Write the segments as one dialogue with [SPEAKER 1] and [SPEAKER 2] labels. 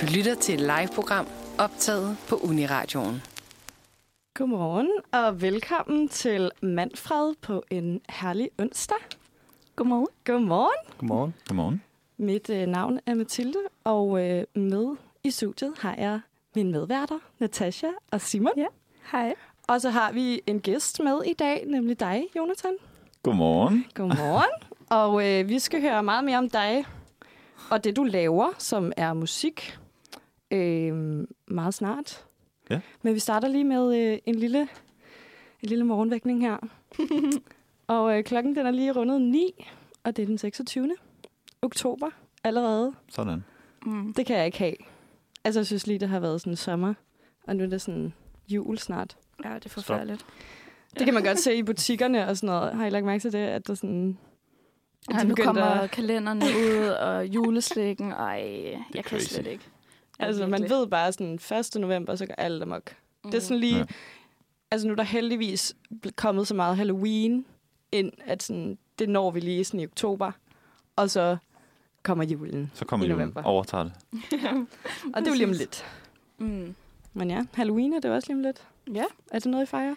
[SPEAKER 1] Du lytter til et live-program optaget på Uniradioen.
[SPEAKER 2] Godmorgen og velkommen til Manfred på en herlig onsdag.
[SPEAKER 3] Godmorgen.
[SPEAKER 2] Godmorgen.
[SPEAKER 4] Godmorgen.
[SPEAKER 5] Godmorgen.
[SPEAKER 2] Mit øh, navn er Mathilde, og øh, med i studiet har jeg mine medværter, Natasha og Simon.
[SPEAKER 3] Ja. Hej.
[SPEAKER 2] Og så har vi en gæst med i dag, nemlig dig, Jonathan.
[SPEAKER 5] Godmorgen.
[SPEAKER 2] Godmorgen. og øh, vi skal høre meget mere om dig og det, du laver, som er musik, øh, meget snart.
[SPEAKER 5] Ja.
[SPEAKER 2] Men vi starter lige med øh, en lille en lille morgenvækning her. og øh, klokken den er lige rundet 9, og det er den 26. oktober allerede.
[SPEAKER 5] Sådan.
[SPEAKER 3] Mm.
[SPEAKER 2] Det kan jeg ikke have. Altså, jeg synes lige, det har været sådan sommer, og nu er det sådan jul snart.
[SPEAKER 3] Ja, det er forfærdeligt.
[SPEAKER 2] Det kan man godt se i butikkerne og sådan noget. Har I lagt mærke til det, at der sådan... at
[SPEAKER 3] Ej,
[SPEAKER 2] de
[SPEAKER 3] nu
[SPEAKER 2] begyndte
[SPEAKER 3] kommer
[SPEAKER 2] at-
[SPEAKER 3] kalenderne ud, og juleslikken. Ej, jeg kan
[SPEAKER 5] crazy.
[SPEAKER 3] slet ikke. Ja,
[SPEAKER 2] Altså, man
[SPEAKER 3] virkelig.
[SPEAKER 2] ved bare sådan 1. november, så går alt amok. Mm. Det er sådan lige...
[SPEAKER 5] Ja.
[SPEAKER 2] Altså, nu er der heldigvis bl- kommet så meget Halloween ind, at sådan, det når vi lige sådan i oktober. Og så kommer julen.
[SPEAKER 5] Så kommer
[SPEAKER 2] I
[SPEAKER 5] julen.
[SPEAKER 2] november.
[SPEAKER 5] Overtager det.
[SPEAKER 2] Og det er jo lige om lidt.
[SPEAKER 3] Mm.
[SPEAKER 2] Men ja, Halloween er det jo også lige om lidt.
[SPEAKER 3] Ja.
[SPEAKER 2] Er det noget, I fejrer?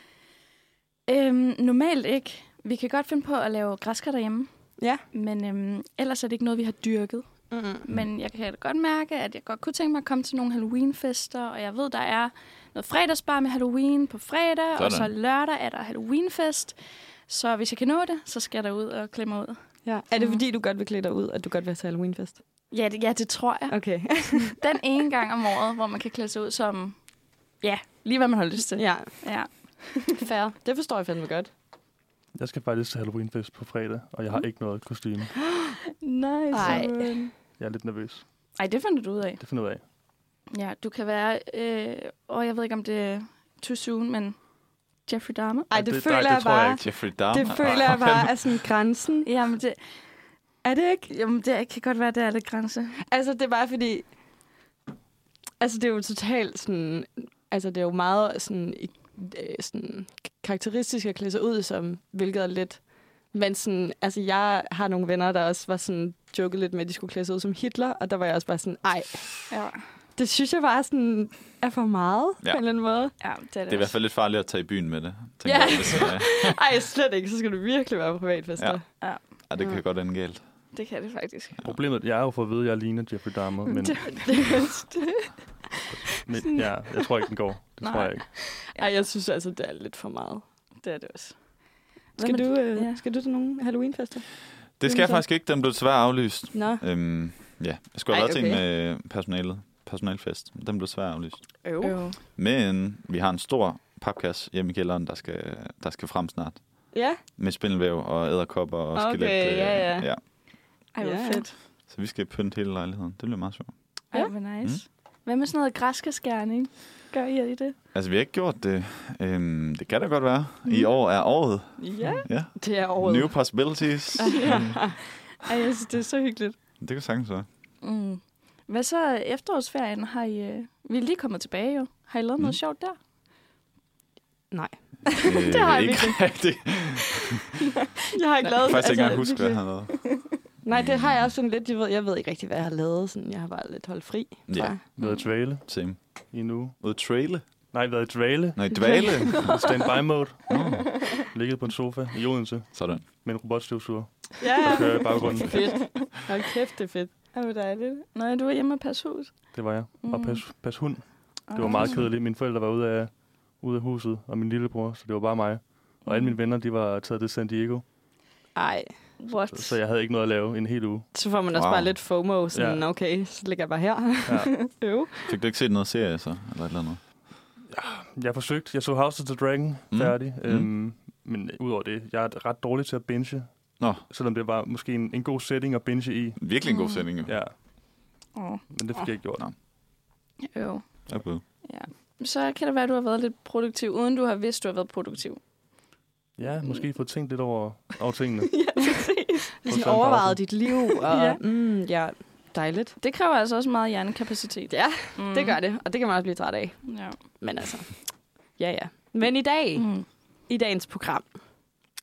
[SPEAKER 3] Øhm, normalt ikke. Vi kan godt finde på at lave græskar derhjemme.
[SPEAKER 2] Ja.
[SPEAKER 3] Men øhm, ellers er det ikke noget, vi har dyrket.
[SPEAKER 2] Mm.
[SPEAKER 3] Men jeg kan da godt mærke, at jeg godt kunne tænke mig at komme til nogle Halloween-fester, og jeg ved, der er noget fredagsbar med Halloween på fredag, og så
[SPEAKER 5] Sådan.
[SPEAKER 3] lørdag er der Halloween-fest. Så hvis jeg kan nå det, så skal jeg derud og klemme ud.
[SPEAKER 2] Ja. Er det
[SPEAKER 3] Mm.
[SPEAKER 2] fordi, du godt vil klæde dig ud, at du godt vil til Halloweenfest?
[SPEAKER 3] Ja, det, ja, det tror jeg.
[SPEAKER 2] Okay.
[SPEAKER 3] Den ene gang om året, hvor man kan klæde sig ud som, ja, lige hvad man har lyst til.
[SPEAKER 2] ja,
[SPEAKER 3] Ja.
[SPEAKER 2] fair. Det forstår jeg fandme godt.
[SPEAKER 4] Jeg skal faktisk til Halloweenfest på fredag, og jeg har ikke noget kostume.
[SPEAKER 3] Nice. Ej.
[SPEAKER 4] Jeg er lidt nervøs.
[SPEAKER 3] Ej, det finder du ud af.
[SPEAKER 4] Det finder jeg ud af.
[SPEAKER 3] Ja, du kan være, øh, og jeg ved ikke, om det er too soon, men Jeffrey Dahmer.
[SPEAKER 2] Ej,
[SPEAKER 4] Ej,
[SPEAKER 2] det,
[SPEAKER 4] det-
[SPEAKER 2] føler
[SPEAKER 4] nej, det
[SPEAKER 2] jeg
[SPEAKER 4] tror
[SPEAKER 2] bare...
[SPEAKER 4] jeg ikke.
[SPEAKER 5] Jeffrey Dahmer.
[SPEAKER 2] Det føler jeg bare er sådan grænsen.
[SPEAKER 3] Jamen det,
[SPEAKER 2] Er det ikke?
[SPEAKER 3] jamen, det kan godt være, det er lidt grænse.
[SPEAKER 2] Altså, det er bare fordi... Altså, det er jo totalt sådan... Altså, det er jo meget sådan, i- øh, sådan karakteristisk at klæde sig ud som, hvilket er lidt... Men sådan, altså, jeg har nogle venner, der også var sådan joket lidt med, at de skulle klæde sig ud som Hitler, og der var jeg også bare sådan, ej,
[SPEAKER 3] Ja,
[SPEAKER 2] det synes jeg bare sådan er for meget ja.
[SPEAKER 5] Ja.
[SPEAKER 2] på en eller anden måde.
[SPEAKER 3] ja det er det,
[SPEAKER 5] Det er i hvert fald lidt farligt at tage i byen med det.
[SPEAKER 2] Ja.
[SPEAKER 5] Tænker jeg, hvis, øh,
[SPEAKER 2] Ej, slet ikke, så skal du virkelig være på privatfester. Ja.
[SPEAKER 5] Ja. ja, det kan godt ende galt.
[SPEAKER 3] Det kan det faktisk.
[SPEAKER 4] Problemet er, at jeg har jo fået at vide, at jeg ligner Jeffrey Dahmer, men, men ja, jeg tror ikke, den går. Det tror
[SPEAKER 3] Nej.
[SPEAKER 4] jeg ikke.
[SPEAKER 2] Ej, jeg synes altså, det er lidt for meget.
[SPEAKER 3] det er det også.
[SPEAKER 2] Skal du, øh,
[SPEAKER 3] ja.
[SPEAKER 2] ja. skal du til nogen Halloweenfester?
[SPEAKER 5] Det skal jeg faktisk ikke. Den blev desværre aflyst.
[SPEAKER 2] Nå,
[SPEAKER 5] Øhm, ja, jeg skulle
[SPEAKER 2] Ej,
[SPEAKER 5] have været til en med personalet. Personalfest. Den blev desværre aflyst.
[SPEAKER 2] øv.
[SPEAKER 3] Jo.
[SPEAKER 5] Men vi har en stor papkasse hjemme i kælderen, der skal, der skal frem snart.
[SPEAKER 2] Ja,
[SPEAKER 5] Med spindelvæv og æderkopper og
[SPEAKER 2] Okay,
[SPEAKER 5] skelet. øh,
[SPEAKER 2] ja, ja.
[SPEAKER 5] ja.
[SPEAKER 3] Ej, hvor
[SPEAKER 2] Ja.
[SPEAKER 3] fedt.
[SPEAKER 5] Så vi skal pynte hele lejligheden. Det bliver meget sjovt.
[SPEAKER 3] Ej,
[SPEAKER 2] Ja.
[SPEAKER 3] hvor nice. Hvad med sådan noget græskeskærning? Gør I i det?
[SPEAKER 5] Altså, vi har ikke gjort det. Øhm, det kan da godt være. I år er året.
[SPEAKER 2] ja.
[SPEAKER 5] Ja.
[SPEAKER 2] Det er Mm. året.
[SPEAKER 5] Året. New possibilities.
[SPEAKER 2] Ej, jeg synes, det er så hyggeligt.
[SPEAKER 5] Det kan sagtens være.
[SPEAKER 3] Mm. Hvad så efterårsferien? Har I, øh... Vi er lige kommet tilbage jo. Har I lavet noget
[SPEAKER 5] Mm.
[SPEAKER 3] sjovt der?
[SPEAKER 2] Nej.
[SPEAKER 5] det
[SPEAKER 2] har jeg
[SPEAKER 5] Øh, ikke rigtigt.
[SPEAKER 2] Jeg har ikke lavet
[SPEAKER 5] Faktisk ikke engang
[SPEAKER 2] altså,
[SPEAKER 5] huske, hvad jeg har lavet.
[SPEAKER 2] virkelig- Nej, det har jeg også sådan lidt. Jeg ved, jeg ved ikke rigtig, hvad jeg har lavet. Sådan, jeg har bare lidt holdt fri.
[SPEAKER 5] Ja.
[SPEAKER 2] tror jeg.
[SPEAKER 4] Været
[SPEAKER 3] Mm.
[SPEAKER 4] i dvale
[SPEAKER 5] Same.
[SPEAKER 4] i en uge.
[SPEAKER 5] Ude traile.
[SPEAKER 4] Nej, været i dvale.
[SPEAKER 5] Nej, dvale.
[SPEAKER 4] Standby mode.
[SPEAKER 5] oh,
[SPEAKER 4] Ligget på en sofa i Odense
[SPEAKER 5] sådan.
[SPEAKER 4] med en robotstøvsuger.
[SPEAKER 2] Ja,
[SPEAKER 4] Der kører i baggrunden.
[SPEAKER 2] fedt. Hold kæft, det er fedt.
[SPEAKER 3] Åh, hvor dejligt. Nå, du var hjemme og passe hus.
[SPEAKER 4] Det var jeg. Og
[SPEAKER 3] Mm. Ah.
[SPEAKER 4] pas, pas hund. Det var meget kedeligt. Mine forældre var ude af, ude af huset, og min lillebror, så det var bare mig. Og alle mine venner, de var taget til San Diego,
[SPEAKER 2] Ej,
[SPEAKER 3] What?
[SPEAKER 4] så jeg havde ikke noget at lave en hel uge.
[SPEAKER 2] så får man også
[SPEAKER 5] Wow.
[SPEAKER 2] bare lidt FOMO. Sådan, ja. okay, så ligger jeg bare her.
[SPEAKER 4] Ja.
[SPEAKER 2] Øv.
[SPEAKER 5] Fik du ikke set noget serie, så? Eller et eller andet?
[SPEAKER 4] Jeg forsøgte. Jeg så House of the Dragon
[SPEAKER 5] Mm.
[SPEAKER 4] færdig.
[SPEAKER 5] Mm.
[SPEAKER 4] Mm. Øhm, men udover det, jeg er ret dårlig til at binge.
[SPEAKER 5] Nå.
[SPEAKER 4] Selvom det var måske en, en god setting at binge i.
[SPEAKER 5] Virkelig en god
[SPEAKER 3] Mm.
[SPEAKER 5] sending, jo.
[SPEAKER 4] Ja,
[SPEAKER 3] Åh,
[SPEAKER 4] men det fik jeg ikke gjort.
[SPEAKER 5] Nå.
[SPEAKER 3] jo.
[SPEAKER 5] Jeg er på.
[SPEAKER 3] Så kan det være, at du har været lidt produktiv, uden du har vidst, du har været produktiv.
[SPEAKER 4] Ja, måske få tænkt lidt over, over tingene.
[SPEAKER 3] ja, præcis.
[SPEAKER 2] Ligesom
[SPEAKER 4] sådan en
[SPEAKER 2] overvejet
[SPEAKER 4] pause.
[SPEAKER 2] dit liv. Og, ja.
[SPEAKER 3] Ja.
[SPEAKER 2] Mm, ja, dejligt.
[SPEAKER 3] Det kræver altså også meget hjernekapacitet.
[SPEAKER 2] Ja,
[SPEAKER 3] mm.
[SPEAKER 2] det gør det. Og det kan man også blive træt af.
[SPEAKER 3] Ja.
[SPEAKER 2] Men altså, ja ja. Men i dag,
[SPEAKER 3] Mm.
[SPEAKER 2] i dagens program,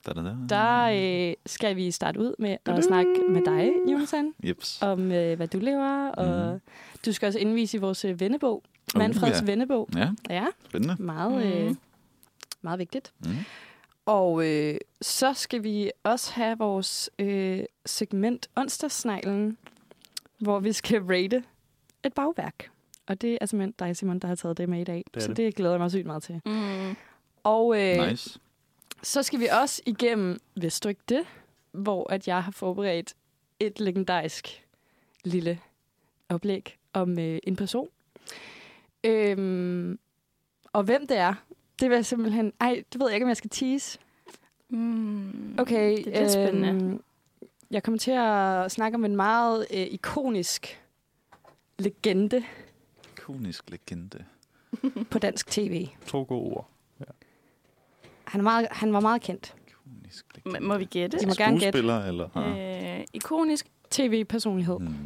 [SPEAKER 5] Da, da, da.
[SPEAKER 4] Mhm.
[SPEAKER 2] der øh, skal vi starte ud med at snakke med dig, Jonathan,
[SPEAKER 5] Jeps.
[SPEAKER 2] om øh, hvad du laver, og
[SPEAKER 5] Mhm.
[SPEAKER 2] du skal også indvise i vores øh, vennebog,
[SPEAKER 5] Uh,
[SPEAKER 2] Manfreds
[SPEAKER 5] ja.
[SPEAKER 2] vennebog.
[SPEAKER 5] Ja,
[SPEAKER 2] Ja,
[SPEAKER 5] spændende.
[SPEAKER 2] meget, øh,
[SPEAKER 3] Mhm.
[SPEAKER 2] meget vigtigt.
[SPEAKER 5] Mm.
[SPEAKER 2] Og øh, så skal vi også have vores øh, segment onsdagssneglen, hvor vi skal rate et bagværk. Og det er simpelthen dig, Simon, der har taget det med i dag.
[SPEAKER 4] Det er
[SPEAKER 2] så
[SPEAKER 4] det.
[SPEAKER 2] det. glæder jeg mig sygt meget til.
[SPEAKER 3] Mm.
[SPEAKER 2] Og øh,
[SPEAKER 5] Nice.
[SPEAKER 2] så skal vi også igennem, hvis du ikke det, hvor at jeg har forberedt et legendarisk lille oplæg om øh, en person. Øhm, og hvem det er, det vil jeg simpelthen... Ej, det ved jeg ikke, om jeg skal tease.
[SPEAKER 3] Mm.
[SPEAKER 2] Okay.
[SPEAKER 3] Det er lidt spændende.
[SPEAKER 2] øhm, jeg kommer til at snakke om en meget øh, ikonisk legende
[SPEAKER 5] Ikonisk legende.
[SPEAKER 2] på dansk tv.
[SPEAKER 4] To gode ord.
[SPEAKER 2] Han, er meget, han var meget kendt.
[SPEAKER 5] Ikonisk
[SPEAKER 3] M-
[SPEAKER 5] legende.
[SPEAKER 3] Må vi gætte?
[SPEAKER 2] I må gerne gætte.
[SPEAKER 5] Skuespiller, eller? Ja.
[SPEAKER 3] Øh, ikonisk.
[SPEAKER 2] TV-personlighed.
[SPEAKER 5] Mm.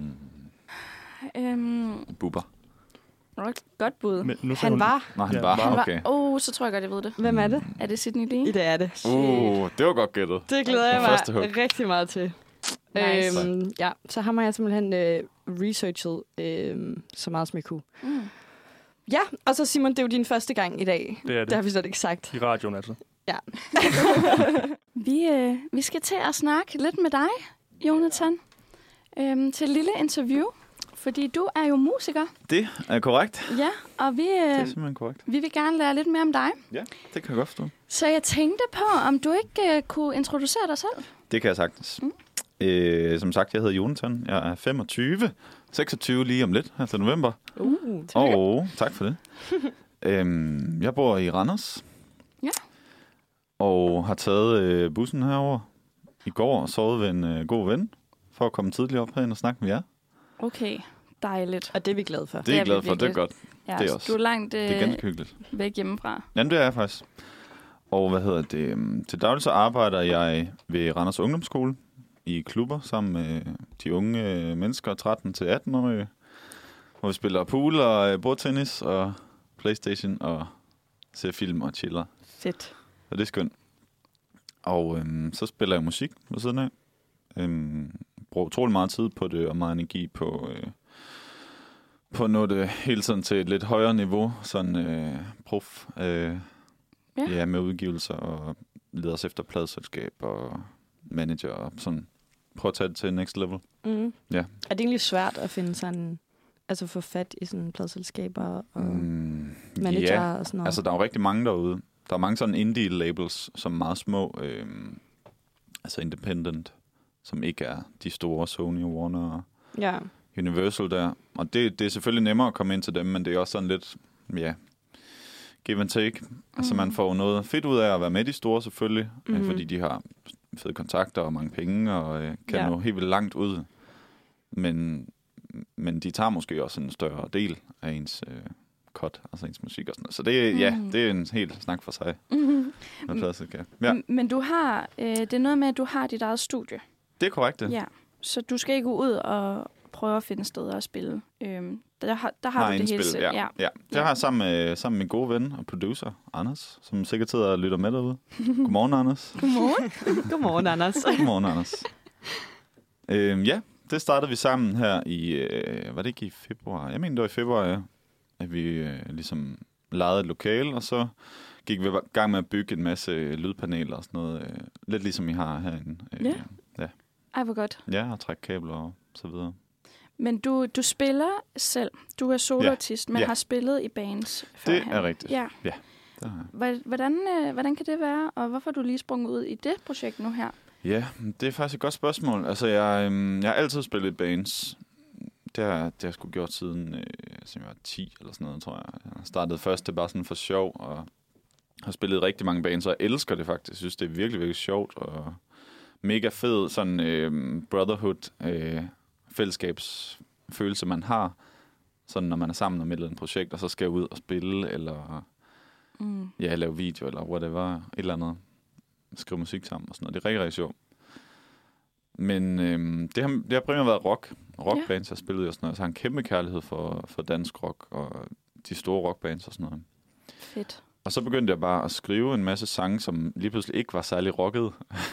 [SPEAKER 3] Øhm,
[SPEAKER 5] Bubber.
[SPEAKER 3] right, godt bud.
[SPEAKER 4] Men nu sagde
[SPEAKER 2] Han
[SPEAKER 4] hun,
[SPEAKER 2] var...
[SPEAKER 5] Nå, han
[SPEAKER 4] Ja,
[SPEAKER 5] var,
[SPEAKER 4] han
[SPEAKER 3] Han var-
[SPEAKER 5] okay.
[SPEAKER 3] Åh, oh, så tror jeg godt, jeg ved det.
[SPEAKER 2] Hvem er det?
[SPEAKER 3] Er det Sydney Lee?
[SPEAKER 2] I det er det.
[SPEAKER 5] Uh, det var godt gættet.
[SPEAKER 2] Det glæder jeg
[SPEAKER 5] Den første
[SPEAKER 2] mig
[SPEAKER 5] hook.
[SPEAKER 2] rigtig meget til.
[SPEAKER 3] Nice.
[SPEAKER 2] Øhm, ja, så ham har jeg simpelthen øh, researchet øh, så meget som jeg kunne.
[SPEAKER 3] Mm.
[SPEAKER 2] Ja, og så Simon, det er jo din første gang i dag.
[SPEAKER 4] det er
[SPEAKER 2] Det har
[SPEAKER 4] det.
[SPEAKER 2] vi slet ikke sagt.
[SPEAKER 4] I radioen altså.
[SPEAKER 3] Vi, øh, vi skal til at snakke lidt med dig, Jonathan, øhm, til et lille interview. Fordi du er jo musiker,
[SPEAKER 5] Det er korrekt.
[SPEAKER 3] ja, og vi,
[SPEAKER 5] Det er
[SPEAKER 3] øh,
[SPEAKER 5] simpelthen korrekt.
[SPEAKER 3] vi vil gerne lære lidt mere om dig.
[SPEAKER 5] Det kan jeg godt forstå.
[SPEAKER 3] Så jeg tænkte på, om du ikke øh, kunne introducere dig selv.
[SPEAKER 5] Det kan jeg sagtens.
[SPEAKER 3] Mm.
[SPEAKER 5] Øh, som sagt, jeg hedder Jonathan. Jeg er 25. 26 lige om lidt, her til november.
[SPEAKER 2] Uh,
[SPEAKER 5] Og tak for det. øhm, jeg bor i Randers.
[SPEAKER 3] Ja.
[SPEAKER 5] Og har taget øh, bussen herover i går og sovet ved en øh, god ven for at komme tidligt op herind og snakke med jer.
[SPEAKER 3] Okay, dejligt.
[SPEAKER 2] og det er vi glade for.
[SPEAKER 5] Det er
[SPEAKER 3] er
[SPEAKER 5] jeg glad
[SPEAKER 3] vi
[SPEAKER 5] for. Det er
[SPEAKER 3] virkelig.
[SPEAKER 5] godt.
[SPEAKER 3] Ja,
[SPEAKER 5] Det er
[SPEAKER 3] så
[SPEAKER 5] også-
[SPEAKER 3] Du er langt øh,
[SPEAKER 5] Det er ganske hyggeligt.
[SPEAKER 3] væk hjemmefra.
[SPEAKER 5] Jamen, det er jeg faktisk. Og hvad hedder det? øhm, Til daglig så arbejder jeg ved Randers Ungdomsskole i klubber sammen med de unge øh, mennesker, 13-18-årige, hvor vi spiller pool og øh, bordtennis og Playstation og ser film og chiller.
[SPEAKER 2] Fedt.
[SPEAKER 5] Og det er skønt. Og øhm, så spiller jeg musik ved siden af. Øhm, bruger utrolig meget tid på det, og meget energi på, øh, på at nå det hele tiden til et lidt højere niveau, sådan øh, prof. Øh, ja.
[SPEAKER 3] Ja.
[SPEAKER 5] ja. med udgivelser og leder os efter pladselskab og manager og sådan. Prøv at tage det til next level.
[SPEAKER 2] Mm.
[SPEAKER 5] Ja.
[SPEAKER 2] Er det egentlig svært at finde sådan... Altså få fat i sådan pladselskaber og mm. manager
[SPEAKER 5] ja.
[SPEAKER 2] yeah. og sådan noget?
[SPEAKER 5] Altså, der er jo rigtig mange derude. Der er mange sådan indie-labels, som er meget små, øh, altså independent, som ikke er de store Sony, Warner og
[SPEAKER 2] ja.
[SPEAKER 5] Universal der. Og det, det er selvfølgelig nemmere at komme ind til dem, men det er også sådan lidt, ja, give and take. Mm. Altså, man får jo noget fedt ud af at være med i de store selvfølgelig, mm.
[SPEAKER 2] Mhm.
[SPEAKER 5] øh, fordi de har fede kontakter og mange penge og øh, kan
[SPEAKER 2] Ja.
[SPEAKER 5] nå helt vildt langt ud. Men, men de tager måske også en større del af ens øh, cut, altså ens musik og sådan noget. Så det, mm. ja,
[SPEAKER 3] Mhm.
[SPEAKER 5] det er en helt snak for sig.
[SPEAKER 3] Mm-hmm.
[SPEAKER 5] Med
[SPEAKER 3] Mm.
[SPEAKER 5] pladselskab.
[SPEAKER 3] Ja.
[SPEAKER 5] Ja,
[SPEAKER 3] Men du har, øh, det er noget med, at du har dit eget studie.
[SPEAKER 5] det er korrekt det.
[SPEAKER 3] Ja, så du skal ikke ud og prøve at finde steder at spille. Øhm, der har, der har,
[SPEAKER 5] har
[SPEAKER 3] du det hele
[SPEAKER 5] indspillet,
[SPEAKER 3] selv.
[SPEAKER 5] ja. ja. ja. Det
[SPEAKER 3] Ja.
[SPEAKER 5] har jeg sammen med, sammen med min gode ven og producer, Anders, som sikkert sidder og lytter med derude. Godmorgen,
[SPEAKER 2] Mm.
[SPEAKER 5] Anders.
[SPEAKER 2] Godmorgen. Godmorgen, Anders.
[SPEAKER 5] Godmorgen, Anders. øhm, ja, det startede vi sammen her i, øh, var det ikke i februar? Jeg mener, det var i februar, ja. At vi øh, ligesom lejede et lokale, og så gik vi i gang med at bygge en masse øh, lydpaneler og sådan noget. Øh, lidt ligesom I har herinde. Øh,
[SPEAKER 3] Ja. Ej, hvor godt.
[SPEAKER 5] Ja, og trække kabler og så videre.
[SPEAKER 3] Men du, du spiller selv. Du er soloartist, men
[SPEAKER 5] Ja.
[SPEAKER 3] har spillet i bands
[SPEAKER 5] Det
[SPEAKER 3] førhen.
[SPEAKER 5] er rigtigt.
[SPEAKER 3] Ja.
[SPEAKER 5] Der er
[SPEAKER 3] Hvor- Hvordan, øh, hvordan kan det være, og hvorfor er du lige sprunget ud i det projekt nu her?
[SPEAKER 5] Ja, det er faktisk et godt spørgsmål. Altså, jeg, øhm, jeg har altid spillet i bands. Det har, det har jeg sgu gjort siden, øh, siden jeg var 10 eller sådan noget, tror jeg. Jeg startede først, det bare sådan for sjov, og har spillet i rigtig mange bands, og jeg elsker det faktisk. Jeg synes, det er virkelig, virkelig sjovt, og mega fed sådan øh, brotherhood øh, fællesskabsfølelse, man har, sådan når man er sammen om et eller andet projekt, og så skal ud og spille, eller
[SPEAKER 3] Mm.
[SPEAKER 5] ja, lave video eller whatever, et eller andet. Skrive musik sammen og sådan noget. Det er rigtig, rigtig sjovt. Men øhm, det, har, det har primært været rock. Rockbands, jeg spillede og sådan noget. Så jeg har en kæmpe kærlighed for, for dansk rock og de store rockbands og sådan noget.
[SPEAKER 3] Fedt.
[SPEAKER 5] Og så begyndte jeg bare at skrive en masse sange, som lige pludselig ikke var særlig rocket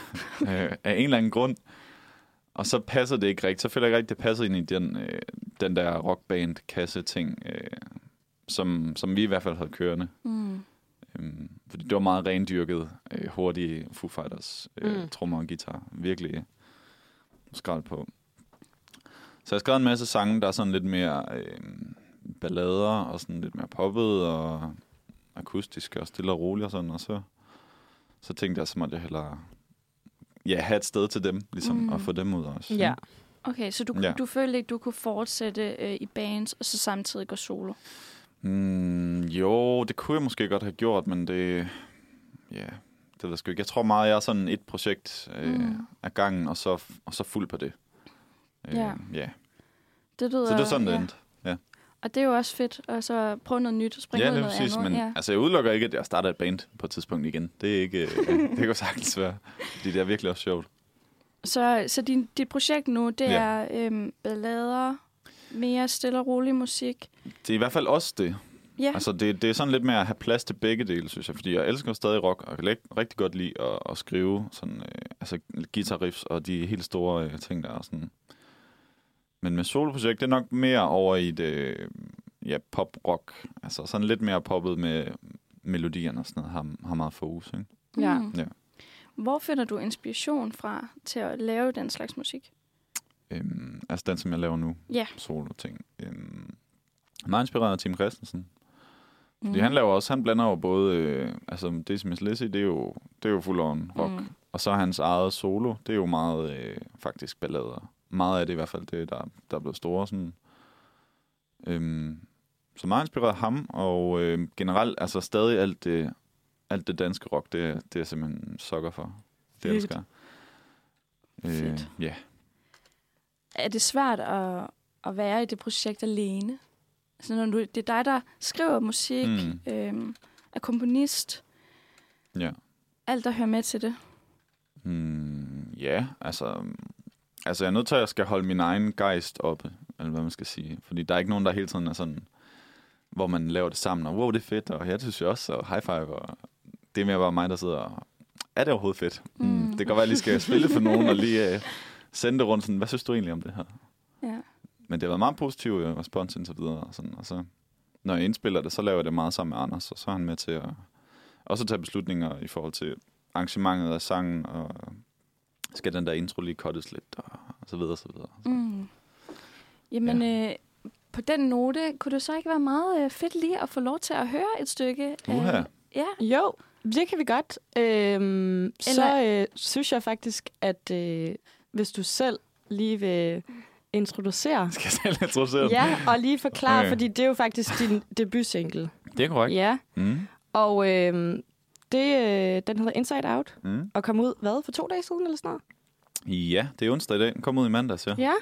[SPEAKER 5] øh, af en eller anden grund. Og så passer det ikke rigtigt. Så føler jeg ikke rigtigt, det passer ind i den, øh, den der rockband-kasse-ting, øh, som, som vi i hvert fald havde kørende.
[SPEAKER 3] Mm.
[SPEAKER 5] Øhm, fordi det var meget rendyrket, øh, hurtige Foo Fighters, øh,
[SPEAKER 2] Mm.
[SPEAKER 5] mm. trommer og guitar. Virkelig øh, skrald på. Så jeg skrev en masse sange, der er sådan lidt mere øh, ballader, og sådan lidt mere poppet, og akustisk, og stille og roligt og sådan. Og så, så tænkte jeg, så måtte jeg hellere ja, have et sted til dem, ligesom,
[SPEAKER 3] Mm.
[SPEAKER 5] mm. og få dem ud også.
[SPEAKER 2] Ja.
[SPEAKER 3] Okay, så du, ja.
[SPEAKER 5] Ja.
[SPEAKER 3] du følte ikke, du kunne fortsætte øh, i bands, og så samtidig gå solo?
[SPEAKER 5] Mm, jo, det kunne jeg måske godt have gjort, men det... Ja, det ved jeg sgu ikke. Jeg tror meget, jeg er sådan et projekt øh,
[SPEAKER 3] Mm.
[SPEAKER 5] mm. af gangen, og så, og så fuld på det. Øh,
[SPEAKER 3] Ja.
[SPEAKER 5] ja.
[SPEAKER 3] Det lyder,
[SPEAKER 5] Så det er sådan, det
[SPEAKER 3] ja.
[SPEAKER 5] endte.
[SPEAKER 3] Og det er jo også fedt, og så prøve noget nyt, og springe
[SPEAKER 5] Ja,
[SPEAKER 3] ud i
[SPEAKER 5] lige
[SPEAKER 3] noget
[SPEAKER 5] præcis.
[SPEAKER 3] andet.
[SPEAKER 5] Men ja. altså, jeg udelukker ikke, at jeg starter et band på et tidspunkt igen. Det er ikke... Øh, det kan sagtens være. Fordi det er virkelig også sjovt.
[SPEAKER 3] Så, så din, dit projekt nu, det ja.
[SPEAKER 5] Ja.
[SPEAKER 3] er øhm, ballader, mere stille og rolig musik.
[SPEAKER 5] Det er i hvert fald også det.
[SPEAKER 3] Ja, altså,
[SPEAKER 5] Altså, det, det er sådan lidt med at have plads til begge dele, synes jeg. Fordi jeg elsker stadig rock, og kan læ- rigtig godt lide at, at skrive sådan, øh, altså, guitar riffs og de helt store øh, ting, der er sådan. Men med soloprojekt, det er nok mere over i det, øh, ja, pop-rock. Altså sådan lidt mere poppet med melodierne og sådan noget, har, har meget fokus, ikke?
[SPEAKER 2] Ja.
[SPEAKER 3] Mm.
[SPEAKER 5] Ja.
[SPEAKER 3] Hvor finder du inspiration fra til at lave den slags musik?
[SPEAKER 5] Øhm, altså den, som jeg laver nu.
[SPEAKER 3] Ja.
[SPEAKER 5] Solo-ting. Øhm, meget inspireret af Tim Christensen. Fordi
[SPEAKER 3] Mm.
[SPEAKER 5] han laver også, han blander jo både, øh, altså Decimus Lizzy, det er jo, det er jo full on rock. Mm. Og så hans eget solo, det er jo meget øh, faktisk ballader. Meget af det i hvert fald, det der, der er blevet store. Sådan. Øhm, så meget inspireret af ham, og øh, generelt altså stadig alt det, alt det danske rock, det, er- det er jeg simpelthen sokker for. Det
[SPEAKER 2] Fedt.
[SPEAKER 5] elsker jeg. øh,
[SPEAKER 3] Fedt.
[SPEAKER 5] Ja,
[SPEAKER 3] Er det svært at, at være i det projekt alene? Altså, når du, det er dig, der skriver musik, mm.
[SPEAKER 5] Mm.
[SPEAKER 3] øhm, er komponist,
[SPEAKER 5] ja.
[SPEAKER 3] alt der hører med til det.
[SPEAKER 5] Mm, ja, altså... Altså, jeg er nødt til at jeg skal holde min egen gejst oppe, eller hvad man skal sige. Fordi der er ikke nogen, der hele tiden er sådan, hvor man laver det sammen, og wow, det er fedt, og ja, det synes jeg også, og high five, og det er mere bare mig, der sidder og, er det overhovedet fedt? Mm.
[SPEAKER 3] Mm.
[SPEAKER 5] Mm. Det kan godt være, at jeg lige skal spille for nogen, og lige uh, sende det rundt, sådan, hvad synes du egentlig om det her?
[SPEAKER 3] Ja.
[SPEAKER 5] Men det har været meget positiv øh, respons indtil videre, og, sådan, og så, når jeg indspiller det, så laver jeg det meget sammen med Anders, og så er han med til at også tage beslutninger i forhold til arrangementet af sangen, og skal den der intro lige cuttes lidt, og, og så videre, og så videre.
[SPEAKER 3] Mm. Jamen, ja. øh, på den note, kunne det så ikke være meget øh, fedt lige at få lov til at høre et stykke? af-
[SPEAKER 5] Uha.
[SPEAKER 3] Ja,
[SPEAKER 2] Jo, det kan vi godt. Øhm, Eller... Så
[SPEAKER 3] Eller-
[SPEAKER 2] øh, synes jeg faktisk, at øh, hvis du selv lige vil introducere
[SPEAKER 5] Skal jeg selv introducere den?
[SPEAKER 2] ja, og lige forklare, okay.
[SPEAKER 5] Okay.
[SPEAKER 2] fordi det er jo faktisk din debutsingle.
[SPEAKER 5] Det er korrekt.
[SPEAKER 2] Ja,
[SPEAKER 5] Mm.
[SPEAKER 2] og øh, det, øh, den hedder Inside Out,
[SPEAKER 5] Mm.
[SPEAKER 2] og kom ud, hvad, for to dage siden eller sådan noget?
[SPEAKER 5] Ja, det er onsdag i dag. Den kom ud i mandags, ja.
[SPEAKER 2] Ja.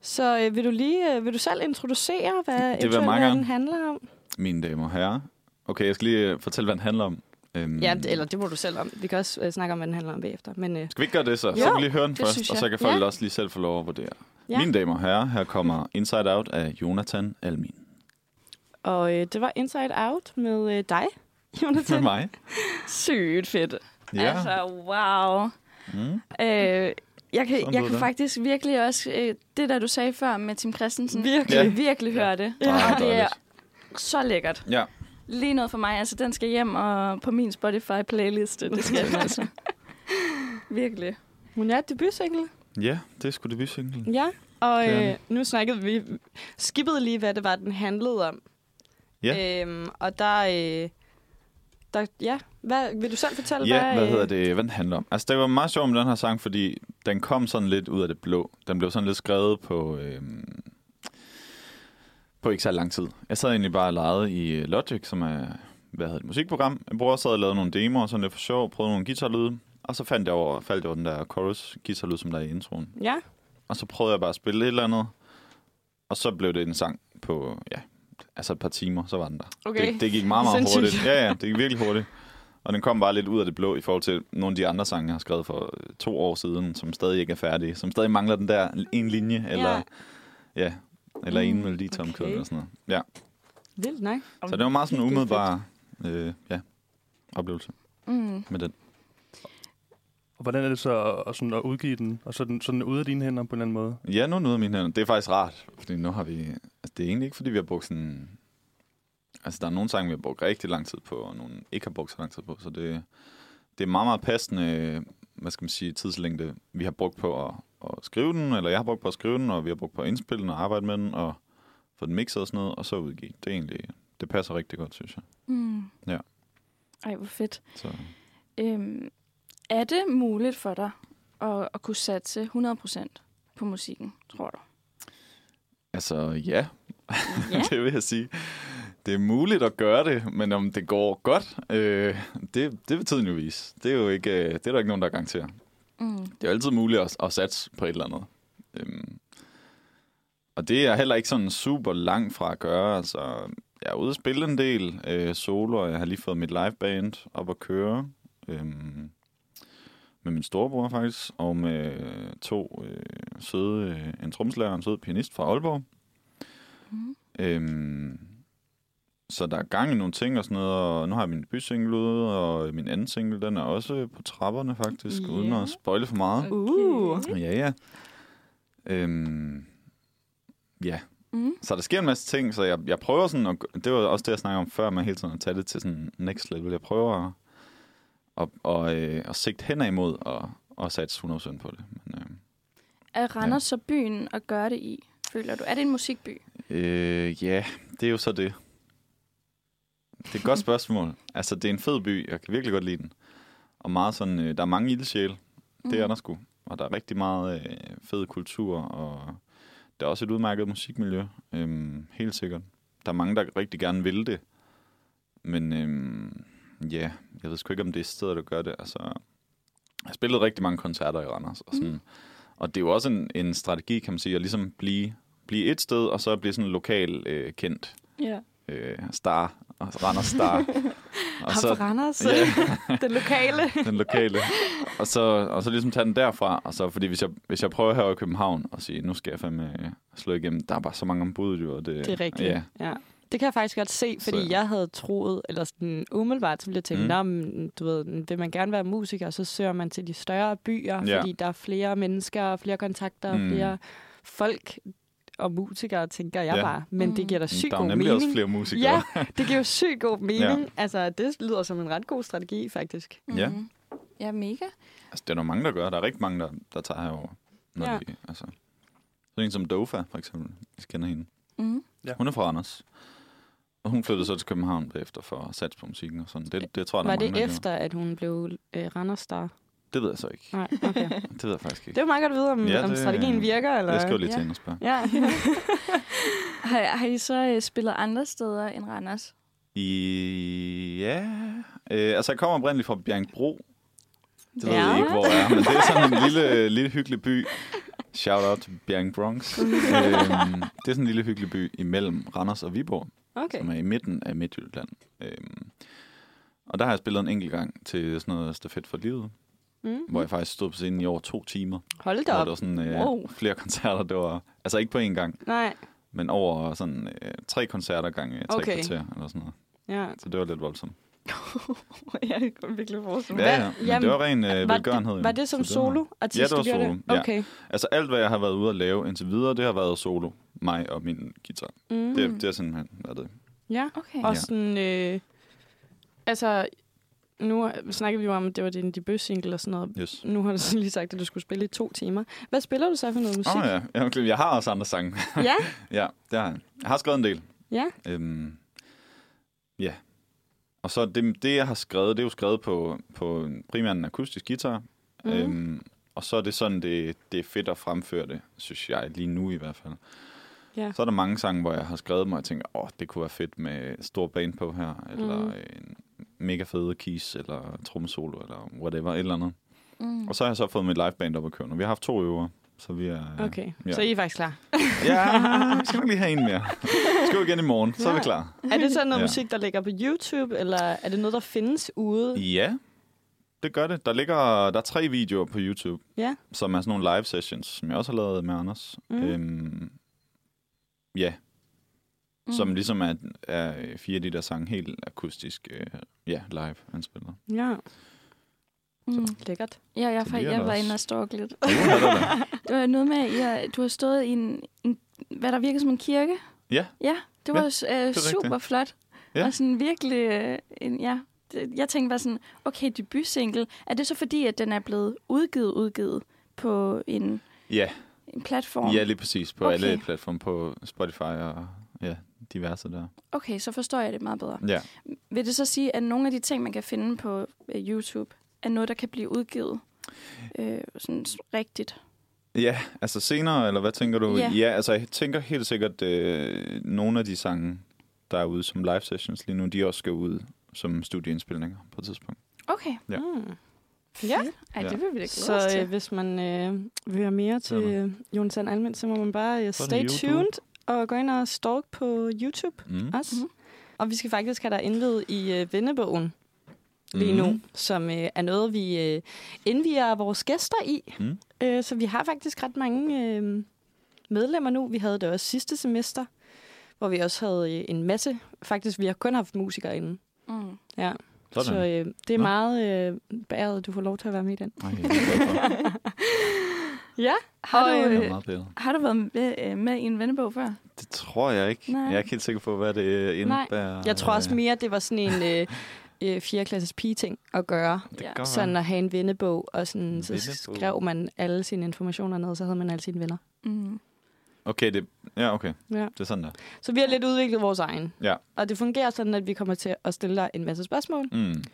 [SPEAKER 2] Så øh, vil du lige øh, vil du selv introducere, hvad
[SPEAKER 5] jeg
[SPEAKER 2] eventuelt,
[SPEAKER 5] meget
[SPEAKER 2] hvad den
[SPEAKER 5] gerne.
[SPEAKER 2] handler om?
[SPEAKER 5] Mine damer og herrer. Okay, jeg skal lige øh, fortælle, hvad den handler om. Øhm,
[SPEAKER 2] Ja, det, eller det må du selv om. Vi kan også øh, snakke om, hvad den handler om bagefter. Men øh,
[SPEAKER 5] Skal vi ikke gøre det så? Jo,
[SPEAKER 2] Jo,
[SPEAKER 5] så kan vi lige høre den
[SPEAKER 3] det synes
[SPEAKER 5] først, og
[SPEAKER 3] jeg.
[SPEAKER 5] så kan folk
[SPEAKER 2] Ja.
[SPEAKER 5] også lige selv få lov at vurdere.
[SPEAKER 2] Ja.
[SPEAKER 5] Ja. Mine damer og herrer, her kommer Inside Out af Jonathan Almin.
[SPEAKER 2] Og øh, det var Inside Out med øh, dig,
[SPEAKER 5] Med
[SPEAKER 2] Jonathan.
[SPEAKER 5] mig.
[SPEAKER 2] Sygt fedt.
[SPEAKER 5] Ja.
[SPEAKER 3] altså, wow.
[SPEAKER 5] Mm.
[SPEAKER 3] Øh, jeg kan,
[SPEAKER 5] Sådan
[SPEAKER 3] jeg
[SPEAKER 5] lød
[SPEAKER 3] kan
[SPEAKER 5] det.
[SPEAKER 3] faktisk virkelig også, øh, det der du sagde før med Tim Christensen,
[SPEAKER 2] Virkelig.
[SPEAKER 5] Ja.
[SPEAKER 3] virkelig høre det.
[SPEAKER 5] Ja.
[SPEAKER 3] Og det er
[SPEAKER 5] dejligt.
[SPEAKER 3] så lækkert.
[SPEAKER 5] Ja.
[SPEAKER 3] Lige noget for mig, altså den skal hjem og på min Spotify-playliste, det skal den altså. Virkelig.
[SPEAKER 2] Hun er debutsingle.
[SPEAKER 5] ja, det er sgu det single.
[SPEAKER 2] Ja. Og
[SPEAKER 5] Det er
[SPEAKER 2] øh, nu snakkede vi, skippede lige, hvad det var, den handlede om.
[SPEAKER 5] Ja.
[SPEAKER 2] Øhm, og der, øh, der, ja, hvad, vil du selv fortælle,
[SPEAKER 5] Ja,
[SPEAKER 2] hvad,
[SPEAKER 5] hvad
[SPEAKER 2] øh,
[SPEAKER 5] hedder det, hvad den handler om? Altså, det var meget sjovt med den her sang, fordi den kom sådan lidt ud af det blå. Den blev sådan lidt skrevet på, øhm, på ikke så lang tid. Jeg sad egentlig bare og legede i øh, Logic, som er, hvad hedder det, musikprogram. Jeg bror sad og lavede nogle demoer, sådan lidt for sjov, prøvede nogle guitarlyde. Og så fandt jeg over, faldt jeg over den der chorus guitarlyd, som der er i introen.
[SPEAKER 2] Ja,
[SPEAKER 5] Og så prøvede jeg bare at spille et eller andet. Og så blev det en sang på, ja, altså et par timer, så var den der.
[SPEAKER 2] Okay.
[SPEAKER 5] Det, det gik meget, meget
[SPEAKER 2] Sindssygt.
[SPEAKER 5] hurtigt. Ja, ja, det gik virkelig hurtigt. Og den kom bare lidt ud af det blå i forhold til nogle af de andre sange, jeg har skrevet for øh, to år siden, som stadig ikke er færdige, som stadig mangler den der en linje, eller, ja, eller en melodi tomkød
[SPEAKER 2] Mm, okay.
[SPEAKER 5] eller sådan noget. Ja.
[SPEAKER 2] vildt nok.
[SPEAKER 5] Så det var meget sådan
[SPEAKER 2] Virkelig
[SPEAKER 5] umiddelbart øh, ja, oplevelse
[SPEAKER 3] Mm.
[SPEAKER 5] med den.
[SPEAKER 4] Og hvordan er det så at, at sådan at udgive den, og så er den, så er den ude af dine hænder på en eller anden måde?
[SPEAKER 5] Ja, nu er den ude af mine hænder. Det er faktisk rart, fordi nu har vi... Altså, det er egentlig ikke, fordi vi har brugt sådan... Altså, der er nogle sange, vi har brugt rigtig lang tid på, og nogle ikke har brugt så lang tid på, så det, det er meget, meget passende, hvad skal man sige, tidslængde, vi har brugt på at, at skrive den, eller jeg har brugt på at skrive den, og vi har brugt på at indspille den og arbejde med den, og få den mixet og sådan noget, og så udgive. Det er egentlig... Det passer rigtig godt, synes jeg.
[SPEAKER 3] Mm.
[SPEAKER 5] Ja.
[SPEAKER 3] Ej, hvor fedt.
[SPEAKER 5] Så,
[SPEAKER 3] Øhm, er det muligt for dig at, at kunne satse 100% på musikken, tror du?
[SPEAKER 5] altså, ja,
[SPEAKER 3] Ja.
[SPEAKER 5] det vil jeg sige. Det er muligt at gøre det, men om det går godt, øh, det, det vil tiden jo vise. Det er jo ikke, øh, det er der ikke nogen, der garanterer.
[SPEAKER 3] Mm.
[SPEAKER 5] Det er jo altid muligt at, at satse på et eller andet. Øhm, og det er heller ikke sådan super langt fra at gøre. Altså, jeg er ude at spille en del øh, solo, og jeg har lige fået mit liveband op at køre. Øhm, med min storebror faktisk, og med to øh, søde, øh, en tromslærer og en sød pianist fra Aalborg.
[SPEAKER 3] Mm.
[SPEAKER 5] Øhm, så der er gang i nogle ting og sådan noget, og nu har jeg min debutsingle ude, og min anden single, den er også på trapperne faktisk, yeah. uden
[SPEAKER 2] Ja.
[SPEAKER 5] at spoile for meget.
[SPEAKER 2] Uh.
[SPEAKER 5] Ja, ja. Øhm, ja,
[SPEAKER 3] Mm.
[SPEAKER 5] så der sker en masse ting, så jeg, jeg prøver sådan, at, g- det var også det, jeg snakkede om før, med hele tiden at tage det til sådan next level. Jeg prøver at, at, at, øh, at sigte hen imod og, og satse 100% på det. Men, øh,
[SPEAKER 3] Er Randers så byen at gøre det i, føler du? Er det en musikby?
[SPEAKER 5] Øh, ja, det er jo så det. Det er et godt spørgsmål. Altså, det er en fed by. Jeg kan virkelig godt lide den. Og meget sådan, øh, der er mange ildsjæle. Mm.
[SPEAKER 2] Mhm.
[SPEAKER 5] Det er der sgu. Og der er rigtig meget øh, fed kultur, og der er også et udmærket musikmiljø. Øhm, helt sikkert. Der er mange, der rigtig gerne vil det. Men øhm, ja, jeg ved sgu ikke, om det er stedet, der gør det. Altså, jeg har spillet rigtig mange koncerter i Randers. Og,
[SPEAKER 2] Mhm.
[SPEAKER 5] sådan, mm. og det er jo også en, en strategi, kan man sige, at ligesom blive blive et sted, og så blive sådan lokal øh, kendt
[SPEAKER 3] Ja.
[SPEAKER 5] øh, star, og Randers star. og
[SPEAKER 2] Ham fra Randers,
[SPEAKER 5] ja,
[SPEAKER 2] den lokale.
[SPEAKER 5] den lokale. Og så, og så ligesom tage den derfra. Og så, fordi hvis jeg, hvis jeg prøver her i København og sige, nu skal jeg fandme øh, slå igennem, der er bare så mange ombud, jo. og Det,
[SPEAKER 2] Det er rigtigt.
[SPEAKER 5] Ja.
[SPEAKER 2] ja. Det kan jeg faktisk godt se, fordi
[SPEAKER 5] Så-
[SPEAKER 2] så. jeg havde troet, eller sådan umiddelbart, så ville jeg tænke,
[SPEAKER 5] Mm.
[SPEAKER 2] mm. men, du ved, vil man gerne være musiker, så søger man til de større byer,
[SPEAKER 5] Ja.
[SPEAKER 2] ja. fordi der er flere mennesker, flere kontakter,
[SPEAKER 5] Mm.
[SPEAKER 2] mm. flere folk og musikere, tænker jeg
[SPEAKER 5] Ja.
[SPEAKER 2] ja. bare. Men mm. det giver da sygt
[SPEAKER 5] Der er
[SPEAKER 2] god
[SPEAKER 5] jo nemlig
[SPEAKER 2] mening.
[SPEAKER 5] også flere musikere.
[SPEAKER 2] Ja, det giver jo sygt god mening. Ja. Altså, det lyder som en ret god strategi, faktisk.
[SPEAKER 5] Ja.
[SPEAKER 3] Mhm. Ja, mega.
[SPEAKER 5] Altså, det er der mange, der gør. Der er rigtig mange, der, der tager herover. Når ja.
[SPEAKER 2] Ja.
[SPEAKER 5] de, altså. Sådan en som Dofa, for eksempel. Jeg kender hende.
[SPEAKER 3] Mm.
[SPEAKER 5] Ja. Hun er fra Anders. Og hun flyttede så til København bagefter for at satse på musikken og sådan. Det, det tror jeg, der
[SPEAKER 2] Var
[SPEAKER 5] er mange, der
[SPEAKER 2] det
[SPEAKER 5] gjorde.
[SPEAKER 2] efter, at hun blev øh, Randerstar?
[SPEAKER 5] Det ved jeg så ikke.
[SPEAKER 2] Nej, okay.
[SPEAKER 5] Det ved jeg faktisk ikke.
[SPEAKER 2] Det var meget godt at vide, om,
[SPEAKER 5] Ja,
[SPEAKER 2] ja, det, om
[SPEAKER 5] det-
[SPEAKER 2] strategien virker. Eller?
[SPEAKER 5] Jeg skriver lige
[SPEAKER 3] Ja.
[SPEAKER 5] til hende og spørger.
[SPEAKER 2] Ja.
[SPEAKER 3] Har, har I så øh, spillet andre steder end Randers?
[SPEAKER 5] I... Ja... Øh, altså, jeg kommer oprindeligt fra Bjergbro. Det ved
[SPEAKER 2] Ja.
[SPEAKER 5] jeg ikke, hvor jeg er, men det er sådan en lille, øh, lille hyggelig by. Shout out til Bjerg Bronx. øhm, det er sådan en lille hyggelig by imellem Randers og Viborg, okay.
[SPEAKER 2] Okay.
[SPEAKER 5] som er i midten af Midtjylland. Øhm, og der har jeg spillet en enkelt gang til sådan noget stafet for livet,
[SPEAKER 2] Mm.
[SPEAKER 5] hvor jeg faktisk stod på scenen i over to timer.
[SPEAKER 2] Hold da
[SPEAKER 5] Hvor
[SPEAKER 2] op.
[SPEAKER 5] der var sådan øh,
[SPEAKER 2] Wow.
[SPEAKER 5] flere koncerter, det var... Altså ikke på én gang,
[SPEAKER 2] Nej,
[SPEAKER 5] men over sådan øh, tre koncerter gange øh, tre okay.
[SPEAKER 2] Okay.
[SPEAKER 5] kvarter, eller sådan noget.
[SPEAKER 2] ja.
[SPEAKER 5] Så det var lidt voldsomt.
[SPEAKER 2] jeg kunne virkelig forestille
[SPEAKER 5] Ja, ja. Men det
[SPEAKER 2] Jamen,
[SPEAKER 5] var ren øh,
[SPEAKER 2] var,
[SPEAKER 5] velgørenhed. jo.
[SPEAKER 2] det, var det som
[SPEAKER 5] Så var-
[SPEAKER 2] solo-artist,
[SPEAKER 5] Ja, det var
[SPEAKER 2] du gjorde
[SPEAKER 5] solo, ja.
[SPEAKER 2] det? Okay.
[SPEAKER 5] Altså alt, hvad jeg har været ude at lave indtil videre, det har været solo. Mig og min guitar.
[SPEAKER 2] Mm.
[SPEAKER 5] Det, det har simpelthen været det.
[SPEAKER 2] Ja.
[SPEAKER 3] Okay.
[SPEAKER 2] Og
[SPEAKER 5] Ja.
[SPEAKER 2] sådan, øh, altså, nu snakkede vi jo om, at det var din debut-single og sådan noget.
[SPEAKER 5] Yes.
[SPEAKER 2] Nu har du så lige sagt, at du skulle spille i to timer. Hvad spiller du så for noget musik?
[SPEAKER 5] Åh oh, ja, jeg, er glad. jeg har også andre sange.
[SPEAKER 2] ja.
[SPEAKER 5] ja, det har jeg. Jeg har skrevet en del.
[SPEAKER 2] Ja.
[SPEAKER 5] Øhm, ja. Og så det, det, jeg har skrevet, det er jo skrevet på, på primært en akustisk guitar. Mm.
[SPEAKER 2] Mhm.
[SPEAKER 5] Øhm, og så er det sådan, det, det er fedt at fremføre det, synes jeg, lige nu i hvert fald.
[SPEAKER 2] Ja.
[SPEAKER 5] Så er der mange sange, hvor jeg har skrevet mig og jeg tænker, åh, det kunne være fedt med stor band på her, eller
[SPEAKER 2] Mhm.
[SPEAKER 5] en mega fede keys, eller trommesolo, eller whatever, et eller andet.
[SPEAKER 3] Mm.
[SPEAKER 5] Og så har jeg så fået mit liveband op at køre nu. Vi har haft to øver, så vi er...
[SPEAKER 2] Okay,
[SPEAKER 5] Ja.
[SPEAKER 2] ja. så I er faktisk klar.
[SPEAKER 5] Ja, vi skal nok lige have en mere. Skal vi igen i morgen, så er vi
[SPEAKER 2] Ja.
[SPEAKER 5] klar.
[SPEAKER 2] Er det så noget
[SPEAKER 5] Ja.
[SPEAKER 2] ja. musik, der ligger på YouTube, eller er det noget, der findes ude?
[SPEAKER 5] Ja, det gør det. Der ligger der er tre videoer på YouTube,
[SPEAKER 2] Ja.
[SPEAKER 5] som er sådan nogle Øhm, live sessions, som jeg også har lavet med Anders. Mm.
[SPEAKER 2] Mm.
[SPEAKER 5] Øhm, ja, mm. som ligesom er, er fire af de der sange helt akustisk, øh, ja, live anspillet.
[SPEAKER 2] Ja.
[SPEAKER 3] Mm.
[SPEAKER 2] Lækkert.
[SPEAKER 3] Ja, jeg,
[SPEAKER 5] Så
[SPEAKER 3] jeg,
[SPEAKER 5] det er
[SPEAKER 3] jeg
[SPEAKER 5] der
[SPEAKER 3] var
[SPEAKER 5] også.
[SPEAKER 3] inde og stalke lidt.
[SPEAKER 5] Uh, hvad er det der?
[SPEAKER 3] Det var Øh, noget med, at I har, du har stået i en, en, hvad der virker som en kirke.
[SPEAKER 5] Ja.
[SPEAKER 3] Ja, det
[SPEAKER 5] Ja,
[SPEAKER 3] var ja, øh,
[SPEAKER 5] rigtigt.
[SPEAKER 3] super flot.
[SPEAKER 5] Ja.
[SPEAKER 3] Ja. Og sådan virkelig, øh, en, ja. Det- Jeg tænkte bare sådan, okay, debutsingle. Er det så fordi, at den er blevet udgivet, udgivet på en,
[SPEAKER 5] Ja,
[SPEAKER 3] en platform?
[SPEAKER 5] ja, lige præcis. På okay.
[SPEAKER 3] Okay.
[SPEAKER 5] alle platforme på Spotify og ja, diverse der.
[SPEAKER 3] Okay, så forstår jeg det meget bedre.
[SPEAKER 5] Ja.
[SPEAKER 3] Vil det så sige, at nogle af de ting, man kan finde på øh, YouTube, er noget, der kan blive udgivet øh, sådan s- rigtigt?
[SPEAKER 5] Ja, altså senere, eller hvad tænker du?
[SPEAKER 3] Ja.
[SPEAKER 5] Ja, altså jeg tænker helt sikkert, øh, nogle af de sange, der er ude som live sessions lige nu, de også skal ud som studieindspilninger på et tidspunkt.
[SPEAKER 3] Okay.
[SPEAKER 5] Ja.
[SPEAKER 2] Mm.
[SPEAKER 3] Ej,
[SPEAKER 5] Ja.
[SPEAKER 3] ja. det vil vi da glæde os
[SPEAKER 2] Så øh,
[SPEAKER 3] til.
[SPEAKER 2] hvis man øh, vil høre mere til
[SPEAKER 4] Hør
[SPEAKER 2] øh, Jonas Sand Almind, så må man bare øh,
[SPEAKER 4] Så er det
[SPEAKER 2] stay
[SPEAKER 4] YouTube.
[SPEAKER 2] tuned og gå ind og stalk på YouTube
[SPEAKER 5] Mm.
[SPEAKER 2] også.
[SPEAKER 3] Mhm.
[SPEAKER 2] Mm. Og vi skal faktisk have dig indvidet i øh, vennebogen lige nu,
[SPEAKER 5] Mm. Mm-hmm.
[SPEAKER 2] som øh, er noget, vi øh, indviger vores gæster i.
[SPEAKER 5] Mm.
[SPEAKER 2] Mm. Øh, så vi har faktisk ret mange øh, medlemmer nu. Vi havde det også sidste semester, hvor vi også havde øh, en masse. Faktisk, vi har kun haft musikere inde.
[SPEAKER 3] Mm.
[SPEAKER 2] Ja.
[SPEAKER 5] Sådan.
[SPEAKER 2] Så øh, det er
[SPEAKER 5] Nå.
[SPEAKER 2] meget øh, bæret, du får lov til at være med i den.
[SPEAKER 5] Ej, jeg er glad for.
[SPEAKER 2] Ja,
[SPEAKER 3] Har
[SPEAKER 2] Og,
[SPEAKER 3] du,
[SPEAKER 5] Det
[SPEAKER 3] øh,
[SPEAKER 5] er meget bedre.
[SPEAKER 3] Har du været med, øh, med i en vennebog før?
[SPEAKER 5] Det tror jeg ikke.
[SPEAKER 3] Nej.
[SPEAKER 5] Jeg er ikke helt sikker på, hvad det øh, indebærer.
[SPEAKER 2] jeg tror også
[SPEAKER 5] Øh,
[SPEAKER 2] mere, det var sådan en øh, øh, fjerdeklasses pige-ting at gøre.
[SPEAKER 5] Det kan
[SPEAKER 3] Ja.
[SPEAKER 5] godt være.
[SPEAKER 2] Sådan at have en vennebog, og sådan, så
[SPEAKER 5] Vennebog.
[SPEAKER 2] skrev man alle sine informationer ned, så havde man alle sine venner.
[SPEAKER 3] Mm.
[SPEAKER 5] Okay, det, ja, okay.
[SPEAKER 2] Ja.
[SPEAKER 5] Det er sådan der.
[SPEAKER 2] Så vi har lidt udviklet vores egen.
[SPEAKER 5] Ja.
[SPEAKER 2] Og det fungerer sådan, at vi kommer til at stille dig en masse spørgsmål.
[SPEAKER 5] Mm.